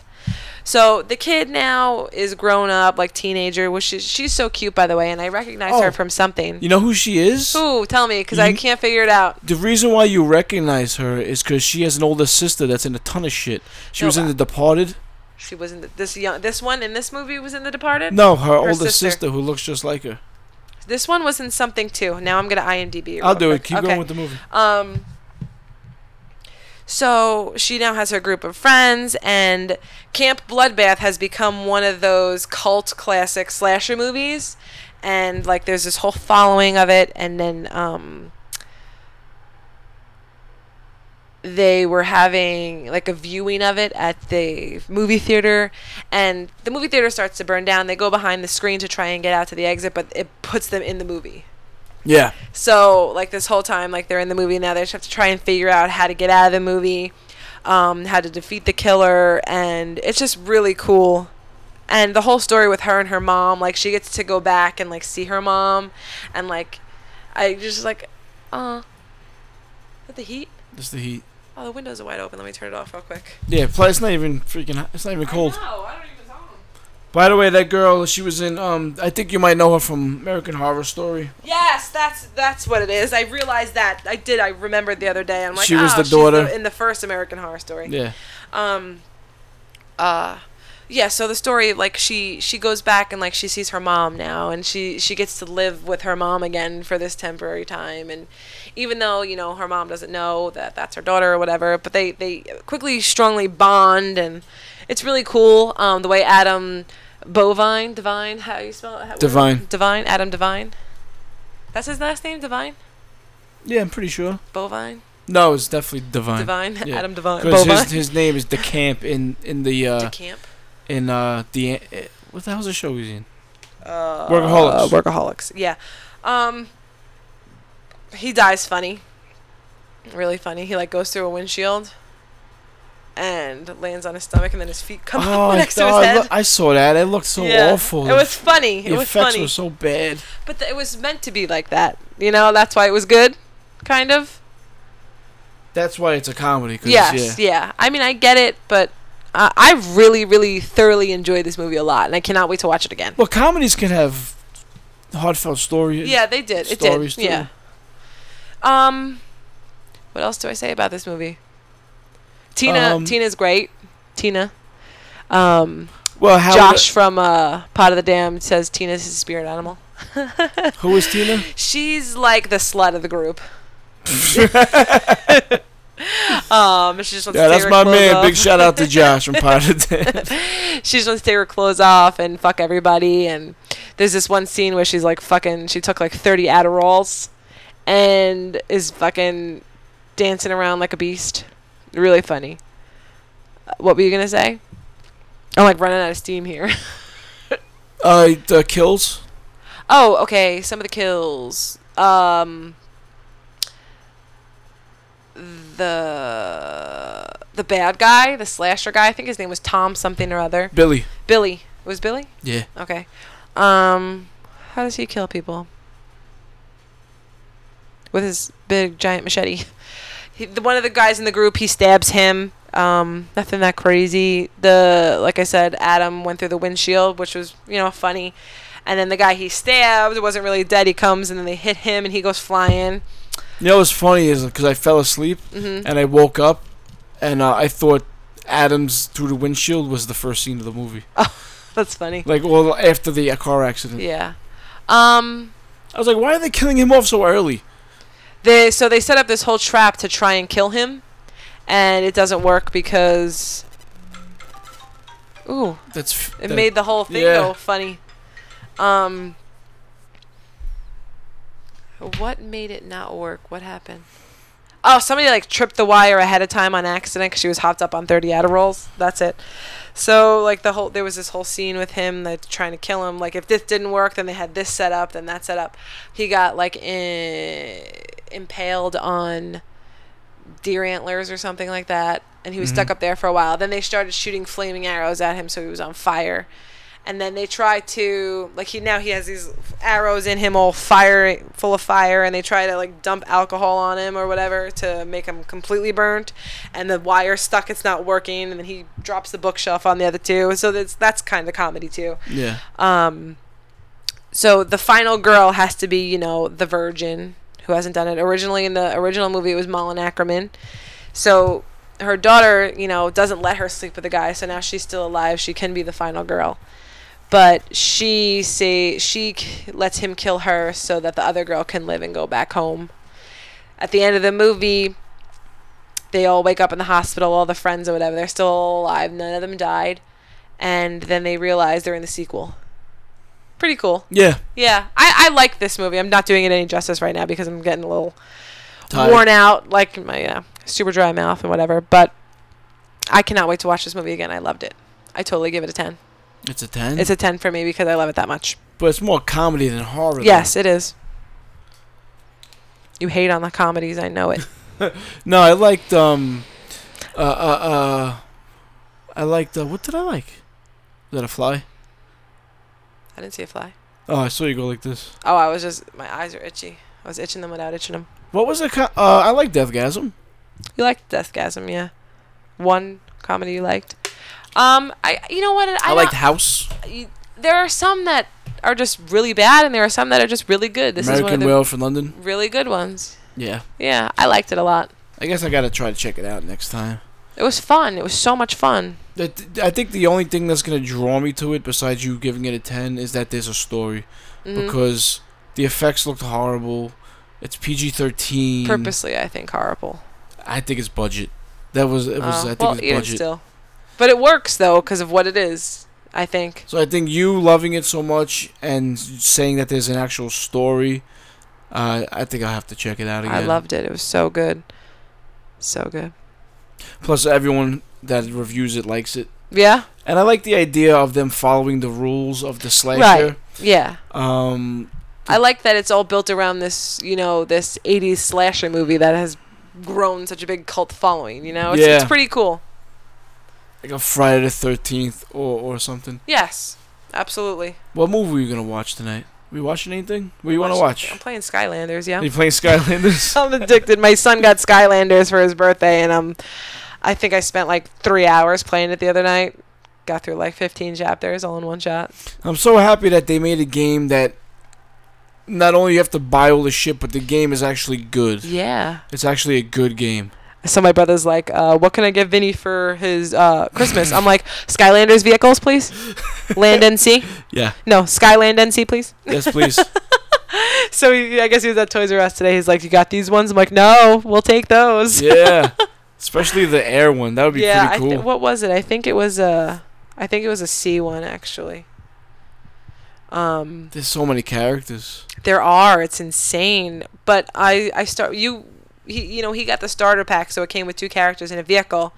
So the kid now is grown up, like teenager, which is she's so cute by the way, and I recognize Oh. her from something. You know who she is? Ooh, tell me, because I You- can't figure it out. The reason why you recognize her is because she has an older sister that's in a ton of shit. She No, was in but- The Departed. She was in the, this young, this one in this movie was in The Departed. No, her, older sister. sister. who looks just like her. This one was in something too. Now I'm gonna IMDb. I'll real do it. quick. Keep Okay. going with the movie. Um, so she now has her group of friends, and Camp Bloodbath has become one of those cult classic slasher movies. And like, there's this whole following of it, and then um, they were having like a viewing of it at the movie theater, and the movie theater starts to burn down. They go behind the screen to try and get out to the exit, but it puts them in the movie. Yeah. So like this whole time, like they're in the movie now, they just have to try and figure out how to get out of the movie, um, how to defeat the killer, and it's just really cool. And the whole story with her and her mom, like she gets to go back and like see her mom, and like I just like, uh, the heat. That's the heat. Oh, the windows are wide open. Let me turn it off real quick. Yeah, plus it's not even freaking. hot- It's not even cold. No, I don't even know. By the way, that girl, she was in. Um, I think you might know her from American Horror Story. Yes, that's that's what it is. I realized that. I did. I remembered the other day. I'm like, She was oh, the she's daughter. in the first American Horror Story. Yeah. um uh yeah so the story like she she goes back and like she sees her mom now and she she gets to live with her mom again for this temporary time and even though you know her mom doesn't know that that's her daughter or whatever but they they quickly strongly bond and it's really cool um the way adam bovine divine how you spell it how, Devine. divine adam divine that's his last name divine Yeah, I'm pretty sure. bovine No, it's definitely Divine. divine Yeah. adam divine Because bovine his, his name is the camp in in the to uh camp in uh the eh, what the hell's the show he's in? uh, Workaholics. workaholics. Yeah. Um, he dies funny. Really funny. He like goes through a windshield and lands on his stomach, and then his feet come Oh, up I, next to thought- his I head. lo- I saw that. It looked so Yeah. awful. It was funny. It the was effects funny, were so bad. but th- it was meant to be like that. You know, that's why it was good, kind of. That's why it's a comedy. 'cause, Yes, yeah. yeah. I mean, I get it, but uh, I really, really thoroughly enjoyed this movie a lot, and I cannot wait to watch it again. Well, comedies can have heartfelt stories. Yeah, they did. It did. stories too. Yeah. Um, what else do I say about this movie? Tina. Um, Tina's great. Tina. Um, Well, how Josh from uh, Pot of the Dam says Tina's his spirit animal. (laughs) (laughs) Who is Tina? (laughs) She's like the slut of the group. um, she just wants Yeah, to tear that's her my clothes man. off. Big shout (laughs) out to Josh from Pirate she just wants to take her clothes off and fuck everybody. And there's this one scene where she's like fucking. She took like 30 Adderalls, and is fucking dancing around like a beast. Really funny. Uh, What were you gonna say? I'm like running out of steam here. (laughs) Uh, the kills. oh, okay. Some of the kills. Um. The the bad guy, the slasher guy. I think his name was Tom something or other. Billy. Billy. It was Billy? Yeah. Okay. Um, how does he kill people? With his big giant machete. (laughs) He, the, one of the guys in the group, he stabs him. Um, nothing that crazy. The like I said, Adam went through the windshield, which was you know funny. And then the guy he stabbed wasn't really dead. He comes and then they hit him and he goes flying. You know what's funny is because I fell asleep Mm-hmm. and I woke up and uh, I thought Adams through the windshield was the first scene of the movie. That's (laughs) funny. Like, well, after the uh, car accident. Yeah. Um. I was like, why are they killing him off so early? They so they set up this whole trap to try and kill him, and it doesn't work because. Ooh, That's f- it that- made the whole thing yeah. go funny. Um. What made it not work? What happened? Oh, somebody like tripped the wire ahead of time on accident 'cause she was hopped up on 30 Adderalls. That's it. So like the whole there was this whole scene with him that trying to kill him. Like if this didn't work, then they had this set up, then that set up. He got like in, impaled on deer antlers or something like that, and he was stuck up there for a while. Then they started shooting flaming arrows at him, so he was on fire. And then they try to like he now he has these arrows in him all fire full of fire, and they try to like dump alcohol on him or whatever to make him completely burnt. And the wire stuck; it's not working. And then he drops the bookshelf on the other two. So that's that's kind of comedy too. Yeah. Um, so the final girl has to be, you know, the virgin who hasn't done it originally. In the original movie, it was Malin Ackerman. So her daughter, you know, doesn't let her sleep with the guy. So now she's still alive. She can be the final girl, but she say she k- lets him kill her so that the other girl can live and go back home. At the end of the movie, they all wake up in the hospital. All the friends or whatever, they're still alive. None of them died, and then they realize they're in the sequel. Pretty cool. Yeah. Yeah, I, I like this movie. I'm not doing it any justice right now because I'm getting a little Tired. worn out, like my yeah, super dry mouth and whatever. But I cannot wait to watch this movie again. I loved it. I totally give it a ten. It's a 10. It's a ten for me because I love it that much. but it's more comedy than horror. though. Yes, it is. You hate on the comedies, I know (laughs) it. No, I liked, um, uh, uh, uh, I liked, uh, what did I like? Was that a fly? I didn't see a fly. Oh, I saw you go like this. Oh, I was just my eyes are itchy. I was itching them without itching them. What was the co- uh, I like Deathgasm. You liked Deathgasm, yeah? One comedy you liked. Um, I you know what? I, I, don't- liked House. you- there are some that are just really bad, and there are some that are just really good. This is one American of the Whale from London. really good ones. Yeah. Yeah, I liked it a lot. I guess I gotta try to check it out next time. It was fun. It was so much fun. The- th- I think the only thing that's gonna draw me to it, besides you giving it a ten, is that there's a story Mhm. because the effects looked horrible. It's PG thirteen. Purposely, I think horrible. I think it's budget. That was it was. Uh, I think well, it's even budget. still, but it works though because of what it is. I think. So I think you loving it so much and s- saying that there's an actual story, uh, I think I'll have to check it out again. I loved it. It was so good, so good. Plus, everyone that reviews it likes it. Yeah, And I like the idea of them following the rules of the Right. slasher. yeah. Um, I like that it's all built around this, you know, this '80s slasher movie that has grown such a big cult following. You know, it's, it's Yeah. pretty cool. like a Friday the Thirteenth or or something. Yes, absolutely. What movie are you gonna watch tonight? We watching anything? What do you want to Watch- watch? I'm playing Skylanders. (laughs) Yeah. Are you playing Skylanders? (laughs) I'm addicted. My son got Skylanders for his birthday, and um, I think I spent like three hours playing it the other night. Got through like 15 chapters all in one shot. I'm so happy that they made a game that not only you have to buy all the shit, but the game is actually good. Yeah. It's actually a good game. So my brother's like, uh, "What can I give Vinny for his uh, Christmas?" I'm like, "Skylanders vehicles, (laughs) please. Land NC. Yeah. No, Skyland NC, please." Yes, please. So he, I guess he was at Toys R Us today. He's like, "You got these ones?" I'm like, "No, we'll take those." yeah. Especially the air one. That would be yeah. I pretty cool. thi- what was it? I think it was a, I think it was a C one actually. Um. There's so many characters. There are. It's insane. But I, I start you, he, you know, he got the starter pack, so it came with two characters and a vehicle.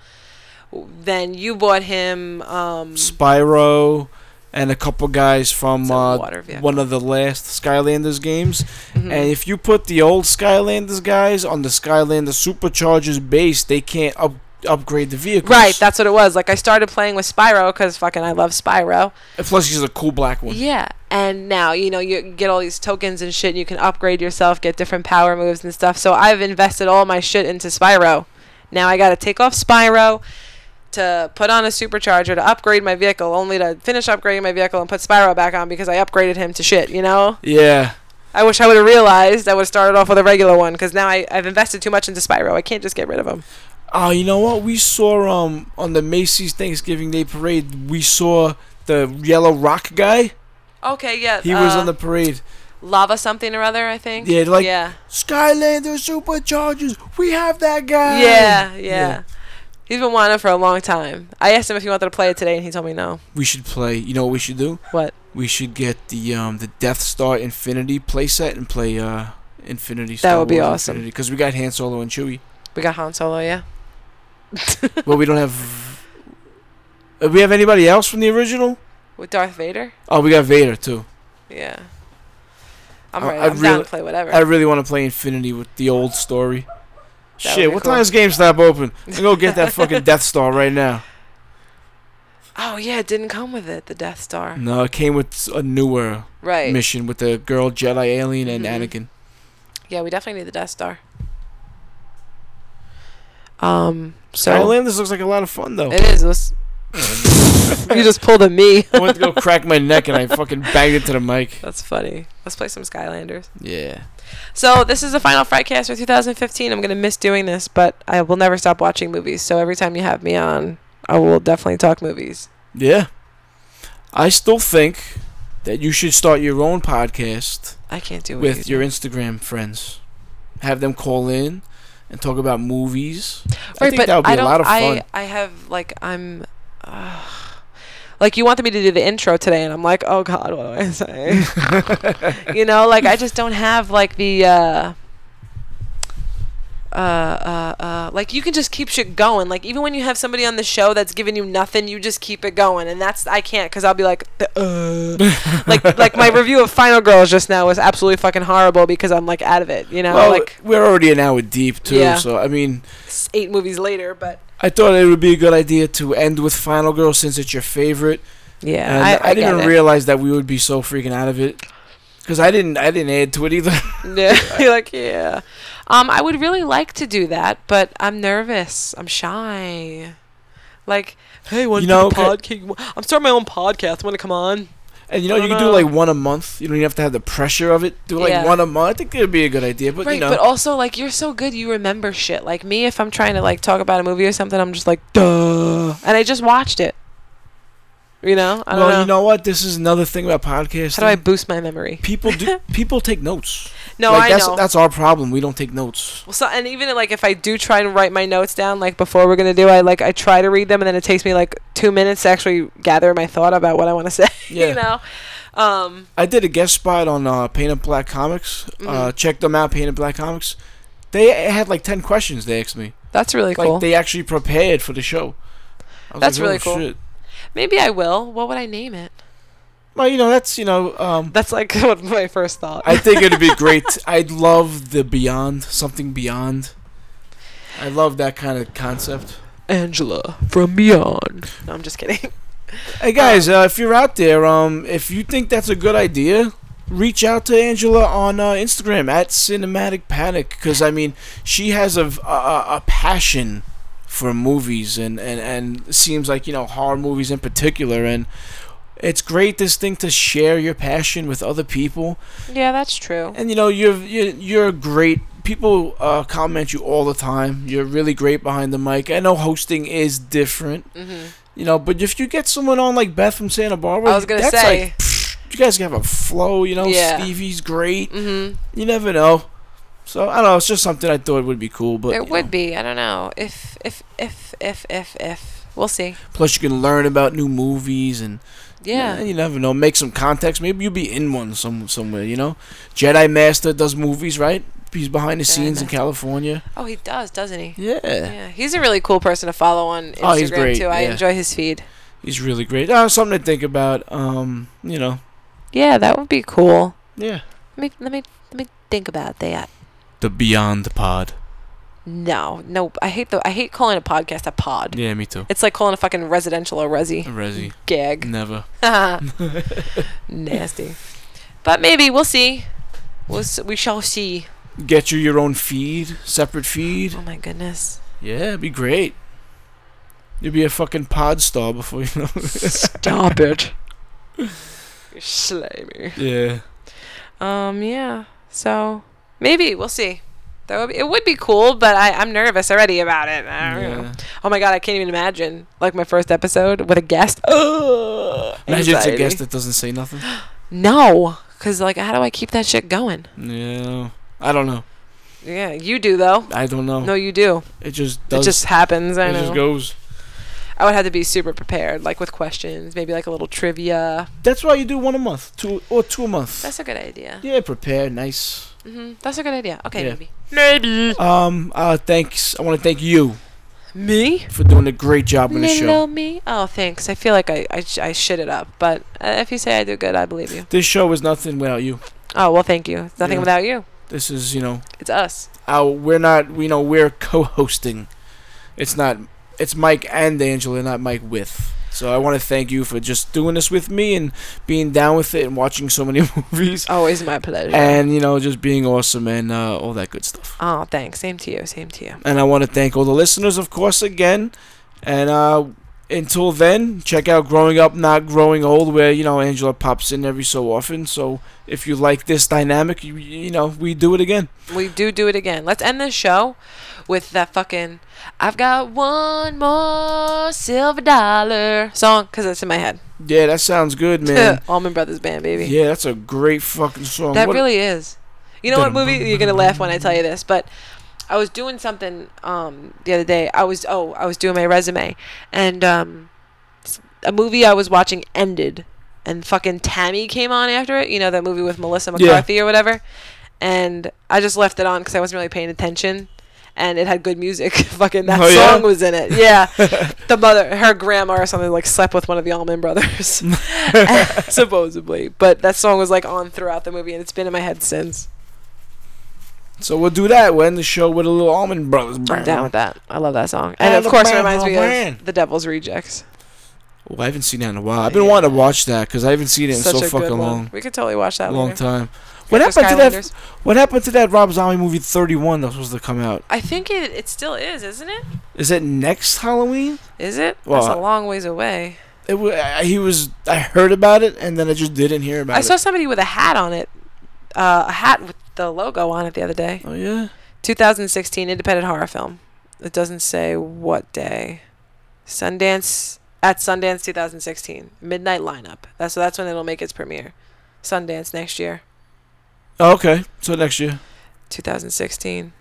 Then you bought him. Um, Spyro and a couple It's guys from a uh, water vehicle. one of the last Skylanders games. mhm. And if you put the old Skylanders guys on the Skylander Superchargers base, they can't up upgrade the vehicles. Right, that's what it was. Like I started playing with Spyro because fucking I love Spyro. And plus, he's a cool black one. Yeah, and now you know you get all these tokens and shit. And you can upgrade yourself, get different power moves and stuff. So I've invested all my shit into Spyro. Now I got to take off Spyro to put on a supercharger to upgrade my vehicle, only to finish upgrading my vehicle and put Spyro back on because I upgraded him to shit. You know, Yeah. I wish I would have realized I would have started off with a regular one because now I, I've invested too much into Spyro. I can't just get rid of him. Oh, you know what? We saw um on the Macy's Thanksgiving Day parade. We saw the yellow rock guy. Okay, yeah. uh, He was on the parade. lava something or other. I think. Yeah, like- yeah. Skylander superchargers. We have that guy. Yeah, yeah, He's been wanting it for a long time. I asked him if he wanted to play it today, and he told me no. We should play. You know what we should do? What? We should get the um the Death Star Infinity playset and play uh Infinity. That would be awesome. Because we got Han Solo and Chewie. (laughs) We got Han Solo, yeah. well, we don't have. Uh, we have anybody else from the original? With Darth Vader? Oh, we got Vader too. Yeah. I'm I- ready. I I'm down really- to play whatever. I really want to play Infinity with the old story. That would Shit, be what cool. time is GameStop open? I'm gonna go get that fucking Death Star right (laughs) now. oh, yeah, it didn't come with it, the Death Star. No, it came with a newer Right. mission with the girl Jedi alien and Mhm. Anakin. Yeah, we definitely need the Death Star. Um, so. Skylanders looks like a lot of fun though. It is. It (laughs) was, you just pulled a me. I went to go crack my neck and I fucking banged it to the mic. That's funny. Let's play some Skylanders. Yeah. So this is the final Frightcast for 2015. I'm gonna miss doing this, but I will never stop watching movies. So every time you have me on, I will definitely talk movies. Yeah. I still think that you should start your own podcast I can't do it with your Instagram friends. Have them call in and talk about movies. I think that would be a lot of fun. I, I have like I'm. Uh, like you wanted me to do the intro today, and I'm like, oh god, what do I (laughs) say? you know, like I just don't have like the. Uh, uh, uh, uh, like you can just keep shit going. Like even when you have somebody on the show that's giving you nothing, you just keep it going, and that's I can't because I'll be like, the, (laughs) uh, like like my review of Final Girls just now was absolutely fucking horrible because I'm like out of it, you know, well, like we're already an hour deep too, Yeah. so I mean, s- eight movies later. But I thought it would be a good idea to end with Final Girl since it's your favorite. yeah, And I, I, I, didn't get it. realize that we would be so freaking out of it because I didn't I didn't add to it either. Yeah, (laughs) you're like yeah. Um, I would really like to do that, but I'm nervous. I'm shy. Like, hey, want You to do know, the pod? Can you- I'm starting my own podcast. Want to come on? And you know I you don't can do know. like one a month. You don't even have to have the pressure of it. Do like Uh-huh. Yeah. one a month. I think it would be a good idea. But right, you know, but also like you're so good, you remember shit. Like me, if I'm trying to like talk about a movie or something, I'm just like, duh, and I just watched it. You know, I don't well, know. you know what? This is another thing about podcasting. How do I boost my memory? (laughs) People do. people take notes. No, Like, I that's, know. That's our problem. We don't take notes. Well, so and even like if I do try and write my notes down, like before we're gonna do, I like I try to read them, and then it takes me like two minutes to actually gather my thought about what I want to (laughs) say. Yeah. you know, um, I did a guest spot on uh, Painted Black Comics. Uh, Mhm. check them out, Painted Black Comics. They had like ten questions they asked me. that's really Like cool. they actually prepared for the show. I was That's like, really "Oh, cool." Shit. Maybe I will. What would I name it? Well, you know that's you know. Um, That's like (laughs) what my first thought. I think it'd be great. I'd love the Beyond, something Beyond. I love that kind of concept. Angela from Beyond. No, I'm just kidding. Hey guys, uh, if you're out there, um, if you think that's a good idea, reach out to Angela on uh, Instagram at Cinematic Panic because I mean she has a, v- a- a- a passion for movies and and and seems like you know horror movies in particular and. It's great this thing to share your passion with other people (laughs) Yeah, that's true. And you know, you've you're, you're great. People uh, comment you all the time. You're really great behind the mic. I know hosting is different, hmm you know, but if you get someone on like Beth from Santa Barbara, I was gonna that's say. like, psh, you guys have a flow. You know, Yeah. Stevie's great. hmm You never know. So I don't know. It's just something I thought would be cool, but you It would know. be. I don't know. If if if if if if we'll see. plus you can learn about new movies and Yeah. you never know. Make some contacts. Maybe you'll be in one some somewhere. You know, Jedi Master does movies, right? He's behind the Jedi scenes in Master. California. Oh, he does, doesn't he? Yeah. Yeah, he's a really cool person to follow on Instagram Oh, he's great, too. I yeah. enjoy his feed. He's really great. Uh, something to think about. Um, you know. Yeah, that would be cool. Yeah. Let me let me let me think about that. The Beyond Pod. No, no, I hate the I hate calling a podcast a pod. Yeah, me too. It's like calling a fucking residential a resi Resi. (laughs) gag. Never. (laughs) Nasty. But maybe we'll see. We'll s- we shall see. Get you your own feed, separate feed. Oh my (laughs) goodness. Yeah, it'd be great. You'd be a fucking pod star before you know. it. Stop it. You slay me. (laughs) yeah. Um, yeah. So maybe we'll see. That would be, it would be cool, but I, I'm nervous already about it. I don't know. Yeah. Oh my god, I can't even imagine like my first episode with a guest. Ugh, (gasps) Imagine it's a anxiety. guest that doesn't say nothing. No, cause like how do I keep that shit going? yeah. I don't know. Yeah, you do though. I don't know. No, you do. it just Oh. does. it just happens. I it know. just goes. I would have to be super prepared, like with questions, maybe like a little trivia. That's why you do one a month, two or two a month. That's a good idea. yeah, prepare, nice. hmm That's a good idea. Okay, Yeah. maybe. Maybe. Um, uh, thanks. I want to thank you Me? for doing a great job on the show. Little me. Oh, thanks. I feel like I, I, sh- I shit it up, but uh, if you say I do good, I believe you. This show is nothing without you. Oh, well, thank you. It's nothing Yeah. without you. This is, you know, It's us. our, we're not, we know, we're co-hosting. It's not, it's Mike and Angela, not Mike with. So I want to thank you for just doing this with me and being down with it and watching so many (laughs) movies Always my pleasure. and you know just being awesome and uh, all that good stuff. oh, thanks. Same to you. Same to you. And I want to thank all the listeners, of course, again. And uh, until then, check out Growing Up, Not Growing Old, where, you know, Angela pops in every so often. So if you like this dynamic, you, you know, we do it again. We do do it again. Let's end this show with that fucking I've got one more silver dollar song because it's in my head. Yeah, that sounds (laughs) good, man. Allman Brothers Band, baby. yeah, that's a great fucking song. That What- really is. You know what Dum, dum, movie? You're gonna dum, laugh when I tell you this, but I was doing something um, the other day. I was oh, I was doing my resume, and um, s- a movie I was watching ended, and fucking Tammy came on after it. You know that movie with Melissa Yeah. McCarthy or whatever, and I just left it on because I wasn't really paying attention. And it had good music. (laughs) Fucking that Oh, song yeah? was in it. (laughs) Yeah, the mother, her grandma or something, like slept with one of the Allman (laughs) Brothers. (laughs) supposedly. But that song was like on throughout the movie, and it's been in my head since. so we'll do that. We'll end the show with a little Almond Brothers. I'm down with that. I love that song, and of course, it reminds me of The Devil's Rejects. Oh, I haven't seen that in a while. I've been wanting to watch that because I haven't seen it in Such so a good fucking one. long, We could totally watch that long later. time. What Breakfast happened to that? Skylanders. What happened to that Rob Zombie movie 31 that was supposed to come out? I think it, it still is, isn't it? Is it next Halloween? Is it? That's Well, a long ways away. It wa I, he was. I heard about it, and then I just didn't hear about I it. saw somebody with a hat on it, uh, a hat with the logo on it the other day. oh yeah. 2016 independent horror film. It doesn't say what day. Sundance at Sundance 2016 midnight lineup. That's so that's when it'll make its premiere. Sundance next year, Oh, okay. So next year. 2016.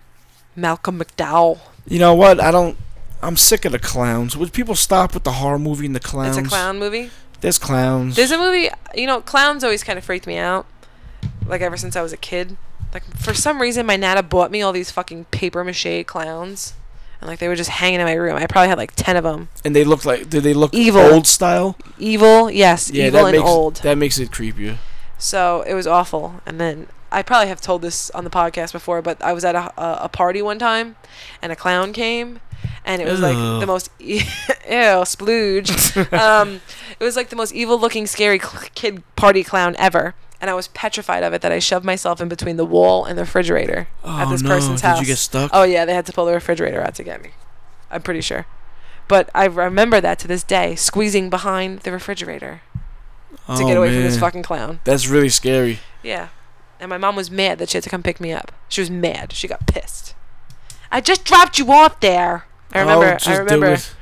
Malcolm McDowell. You know what? I don't. I'm sick of the clowns. Would people stop with the horror movie and the clowns? It's a clown movie. There's clowns. There's a movie. You know, clowns always kind of freaked me out. Like ever since I was a kid. Like for some reason, my nana bought me all these fucking paper mache clowns, and like they were just hanging in my room. I probably had like ten of them. and they look like. Do they look Evil. old style? Evil, yes, evil that and makes old. that makes it creepier. So it was awful. And then I probably have told this on the podcast before, but I was at a, a, a party one time and a clown came. And it was like Ew. the most e- (laughs) ew (laughs) splooge. um, it was like the most evil-looking, scary cl- kid party clown ever, and I was petrified of it. That I shoved myself in between the wall and the refrigerator at Oh, this no. person's Did house. you get stuck? Oh yeah, they had to pull the refrigerator out to get me. I'm pretty sure, but I remember that to this day, squeezing behind the refrigerator to Oh, get away from this man. fucking clown. That's really scary. Yeah. And my mom was mad that she had to come pick me up. She was mad. She got pissed. I just dropped you off there. I Oh, remember. just I do remember. it.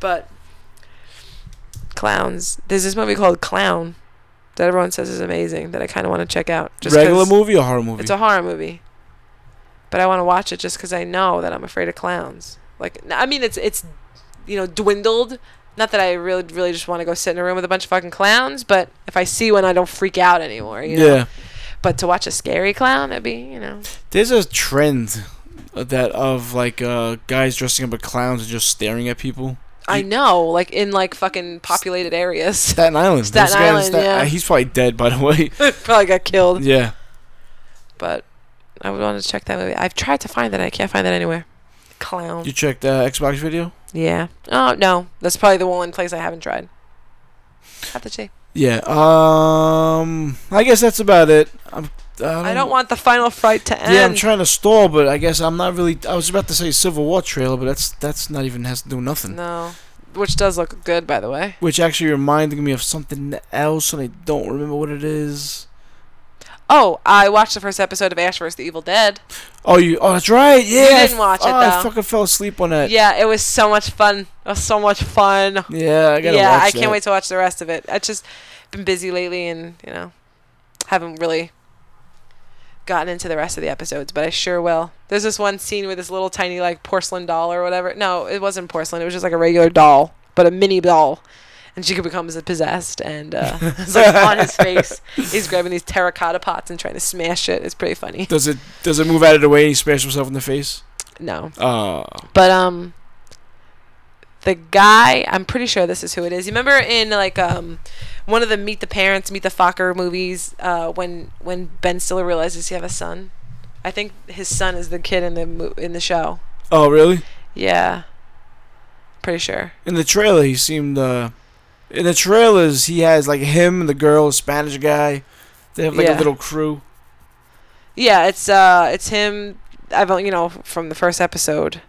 But clowns. There's this movie called Clown that everyone says is amazing that I kind of want to check out. Just 'cause Regular movie or horror movie? It's a horror movie. But I want to watch it just because I know that I'm afraid of clowns. Like n- I mean, it's it's you know dwindled. Not that I really really just want to go sit in a room with a bunch of fucking clowns, but if I see one, I don't freak out anymore. You know? yeah. But to watch a scary clown, that'd be, you know. There's a trend of that of like uh, guys dressing up as clowns and just staring at people. I You- know, like in like fucking populated areas. (laughs) Staten Island. Staten This guy in Island, yeah. uh, He's probably dead, by the (laughs) way. Probably got killed. yeah. But I would want to check that movie. I've tried to find it. I can't find it anywhere. Clown. You checked the Xbox video? yeah. Oh no, that's probably the one place I haven't tried. Have to see. Yeah. Um. I guess that's about it. I'm. I don't, I don't want the final fight to end. Yeah, I'm trying to stall, but I guess I'm not really. I was about to say Civil War trailer, but that's that's not even has to do with nothing. No, which does look good, by the way. Which actually reminded me of something else, and I don't remember what it is. Oh, I watched the first episode of Ash vs. the Evil Dead. Oh, you. Oh, that's right. Yeah. I didn't watch it, oh, I though. fucking fell asleep on that. Yeah. Yeah, it was so much fun. It was so much fun. I gotta yeah, watch I can't that. wait to watch the rest of it. I just been busy lately, and you know, haven't really gotten into the rest of the episodes, but I sure will. There's this one scene with this little tiny like porcelain doll or whatever. No, it wasn't porcelain. It was just like a regular doll, but a mini doll. And she becomes possessed, and uh, it's like on (laughs) his face. He's grabbing these terracotta pots and trying to smash it. It's pretty funny. Does it does it move out of the way? and He smashes himself in the face. No, Oh. But um the guy, I'm pretty sure this is who it is. You remember in like um one of the Meet the Parents, Meet the Fokker movies, uh when when Ben Stiller realizes he have a son? I think his son is the kid in the mo- in the show. Oh, really? Yeah. Pretty sure. In the trailer, he seemed. uh In the trailers, he has like him, the girl, Spanish guy. They have like Yeah. a little crew. Yeah, it's uh it's him I've only you know from the first episode.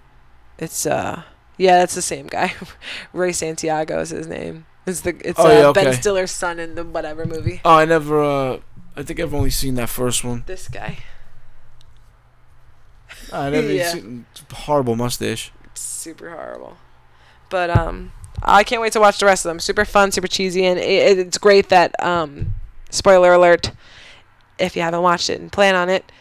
It's uh yeah, that's the same guy. (laughs) Ray Santiago is his name. It's the it's Oh, uh, yeah, Ben okay. Stiller's son in the whatever movie. Oh, I never. uh I think I've only seen that first one. This guy. I never Yeah. seen horrible mustache. super horrible. But um, I can't wait to watch the rest of them. Super fun, super cheesy, and it, it's great that um, spoiler alert, if you haven't watched it and plan on it,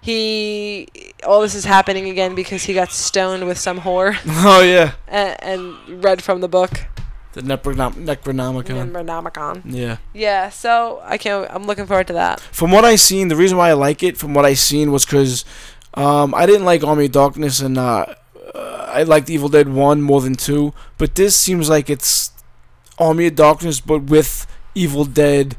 he all this is happening again because he got stoned with some whore (laughs) Oh yeah, and, and read from the book the Necronom- Necronomicon. Necronomicon. Yeah. Yeah, so I can't. I'm looking forward to that. From what I seen, the reason why I like it, from what I seen, was because um, I didn't like Army of Darkness and uh, uh, I liked Evil Dead One more than two. But this seems like it's Army of Darkness, but with Evil Dead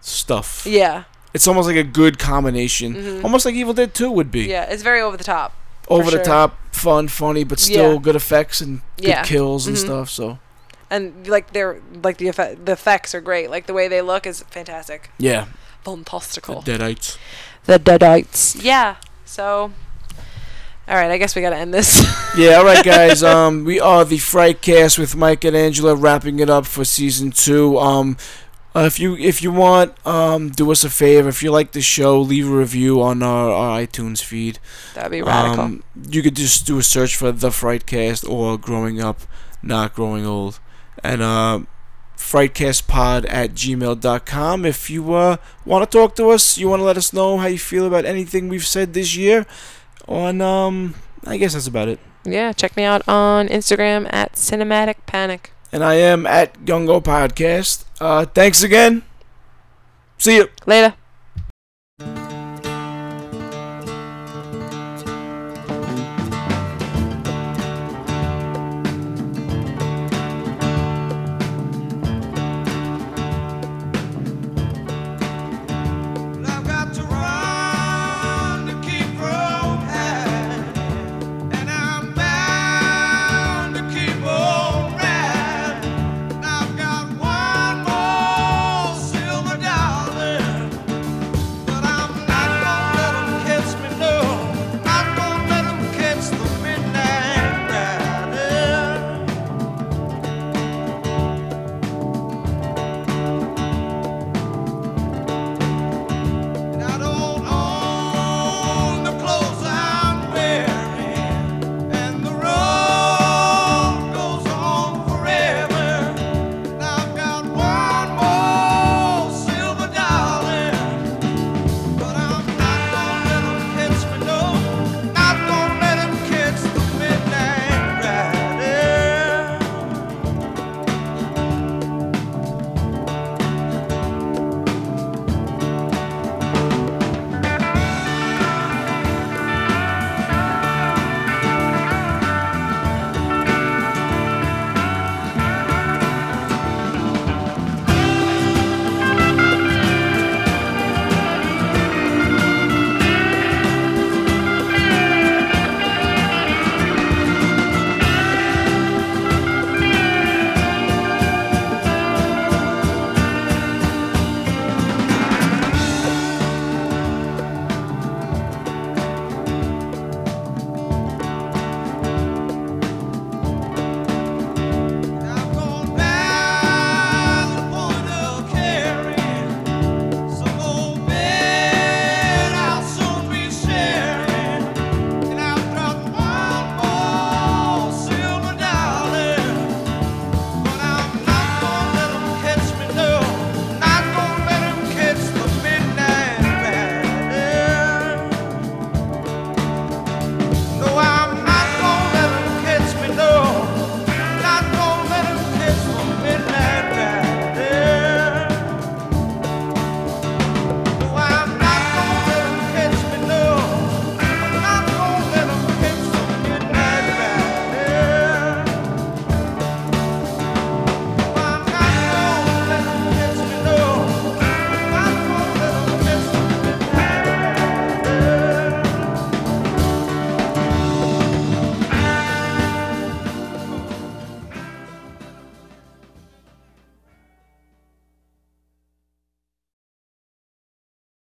stuff. Yeah, It's almost like a good combination, Mhm. almost like Evil Dead Two would Mm, be. yeah, it's very over the top. Over sure. the top, fun, funny, but still Yeah. good effects and good Yeah. kills and Mhm. stuff. So And like they're like the effect, the effects are great. Like the way they look is fantastic, yeah, fantastical. the Deadites. The Deadites. Yeah. So, all right. I guess we gotta end this. yeah, all right, guys. (laughs) Um, we are the Frightcast with Mike and Angela, wrapping it up for season two. Um, uh, if you if you want, um, do us a favor. If you like the show, leave a review on our, our iTunes feed. (laughs) That'd be radical. Um, you could just do a search for the Frightcast or Growing Up, Not Growing Old, and uh, FrightcastPod at gmail.com. If you uh, want to talk to us, you want to let us know how you feel about anything we've said this year. On um, I guess that's about it. yeah. Check me out on Instagram at Cinematic Panic. and I am at Gungo Podcast. Uh, thanks again. See you. Later.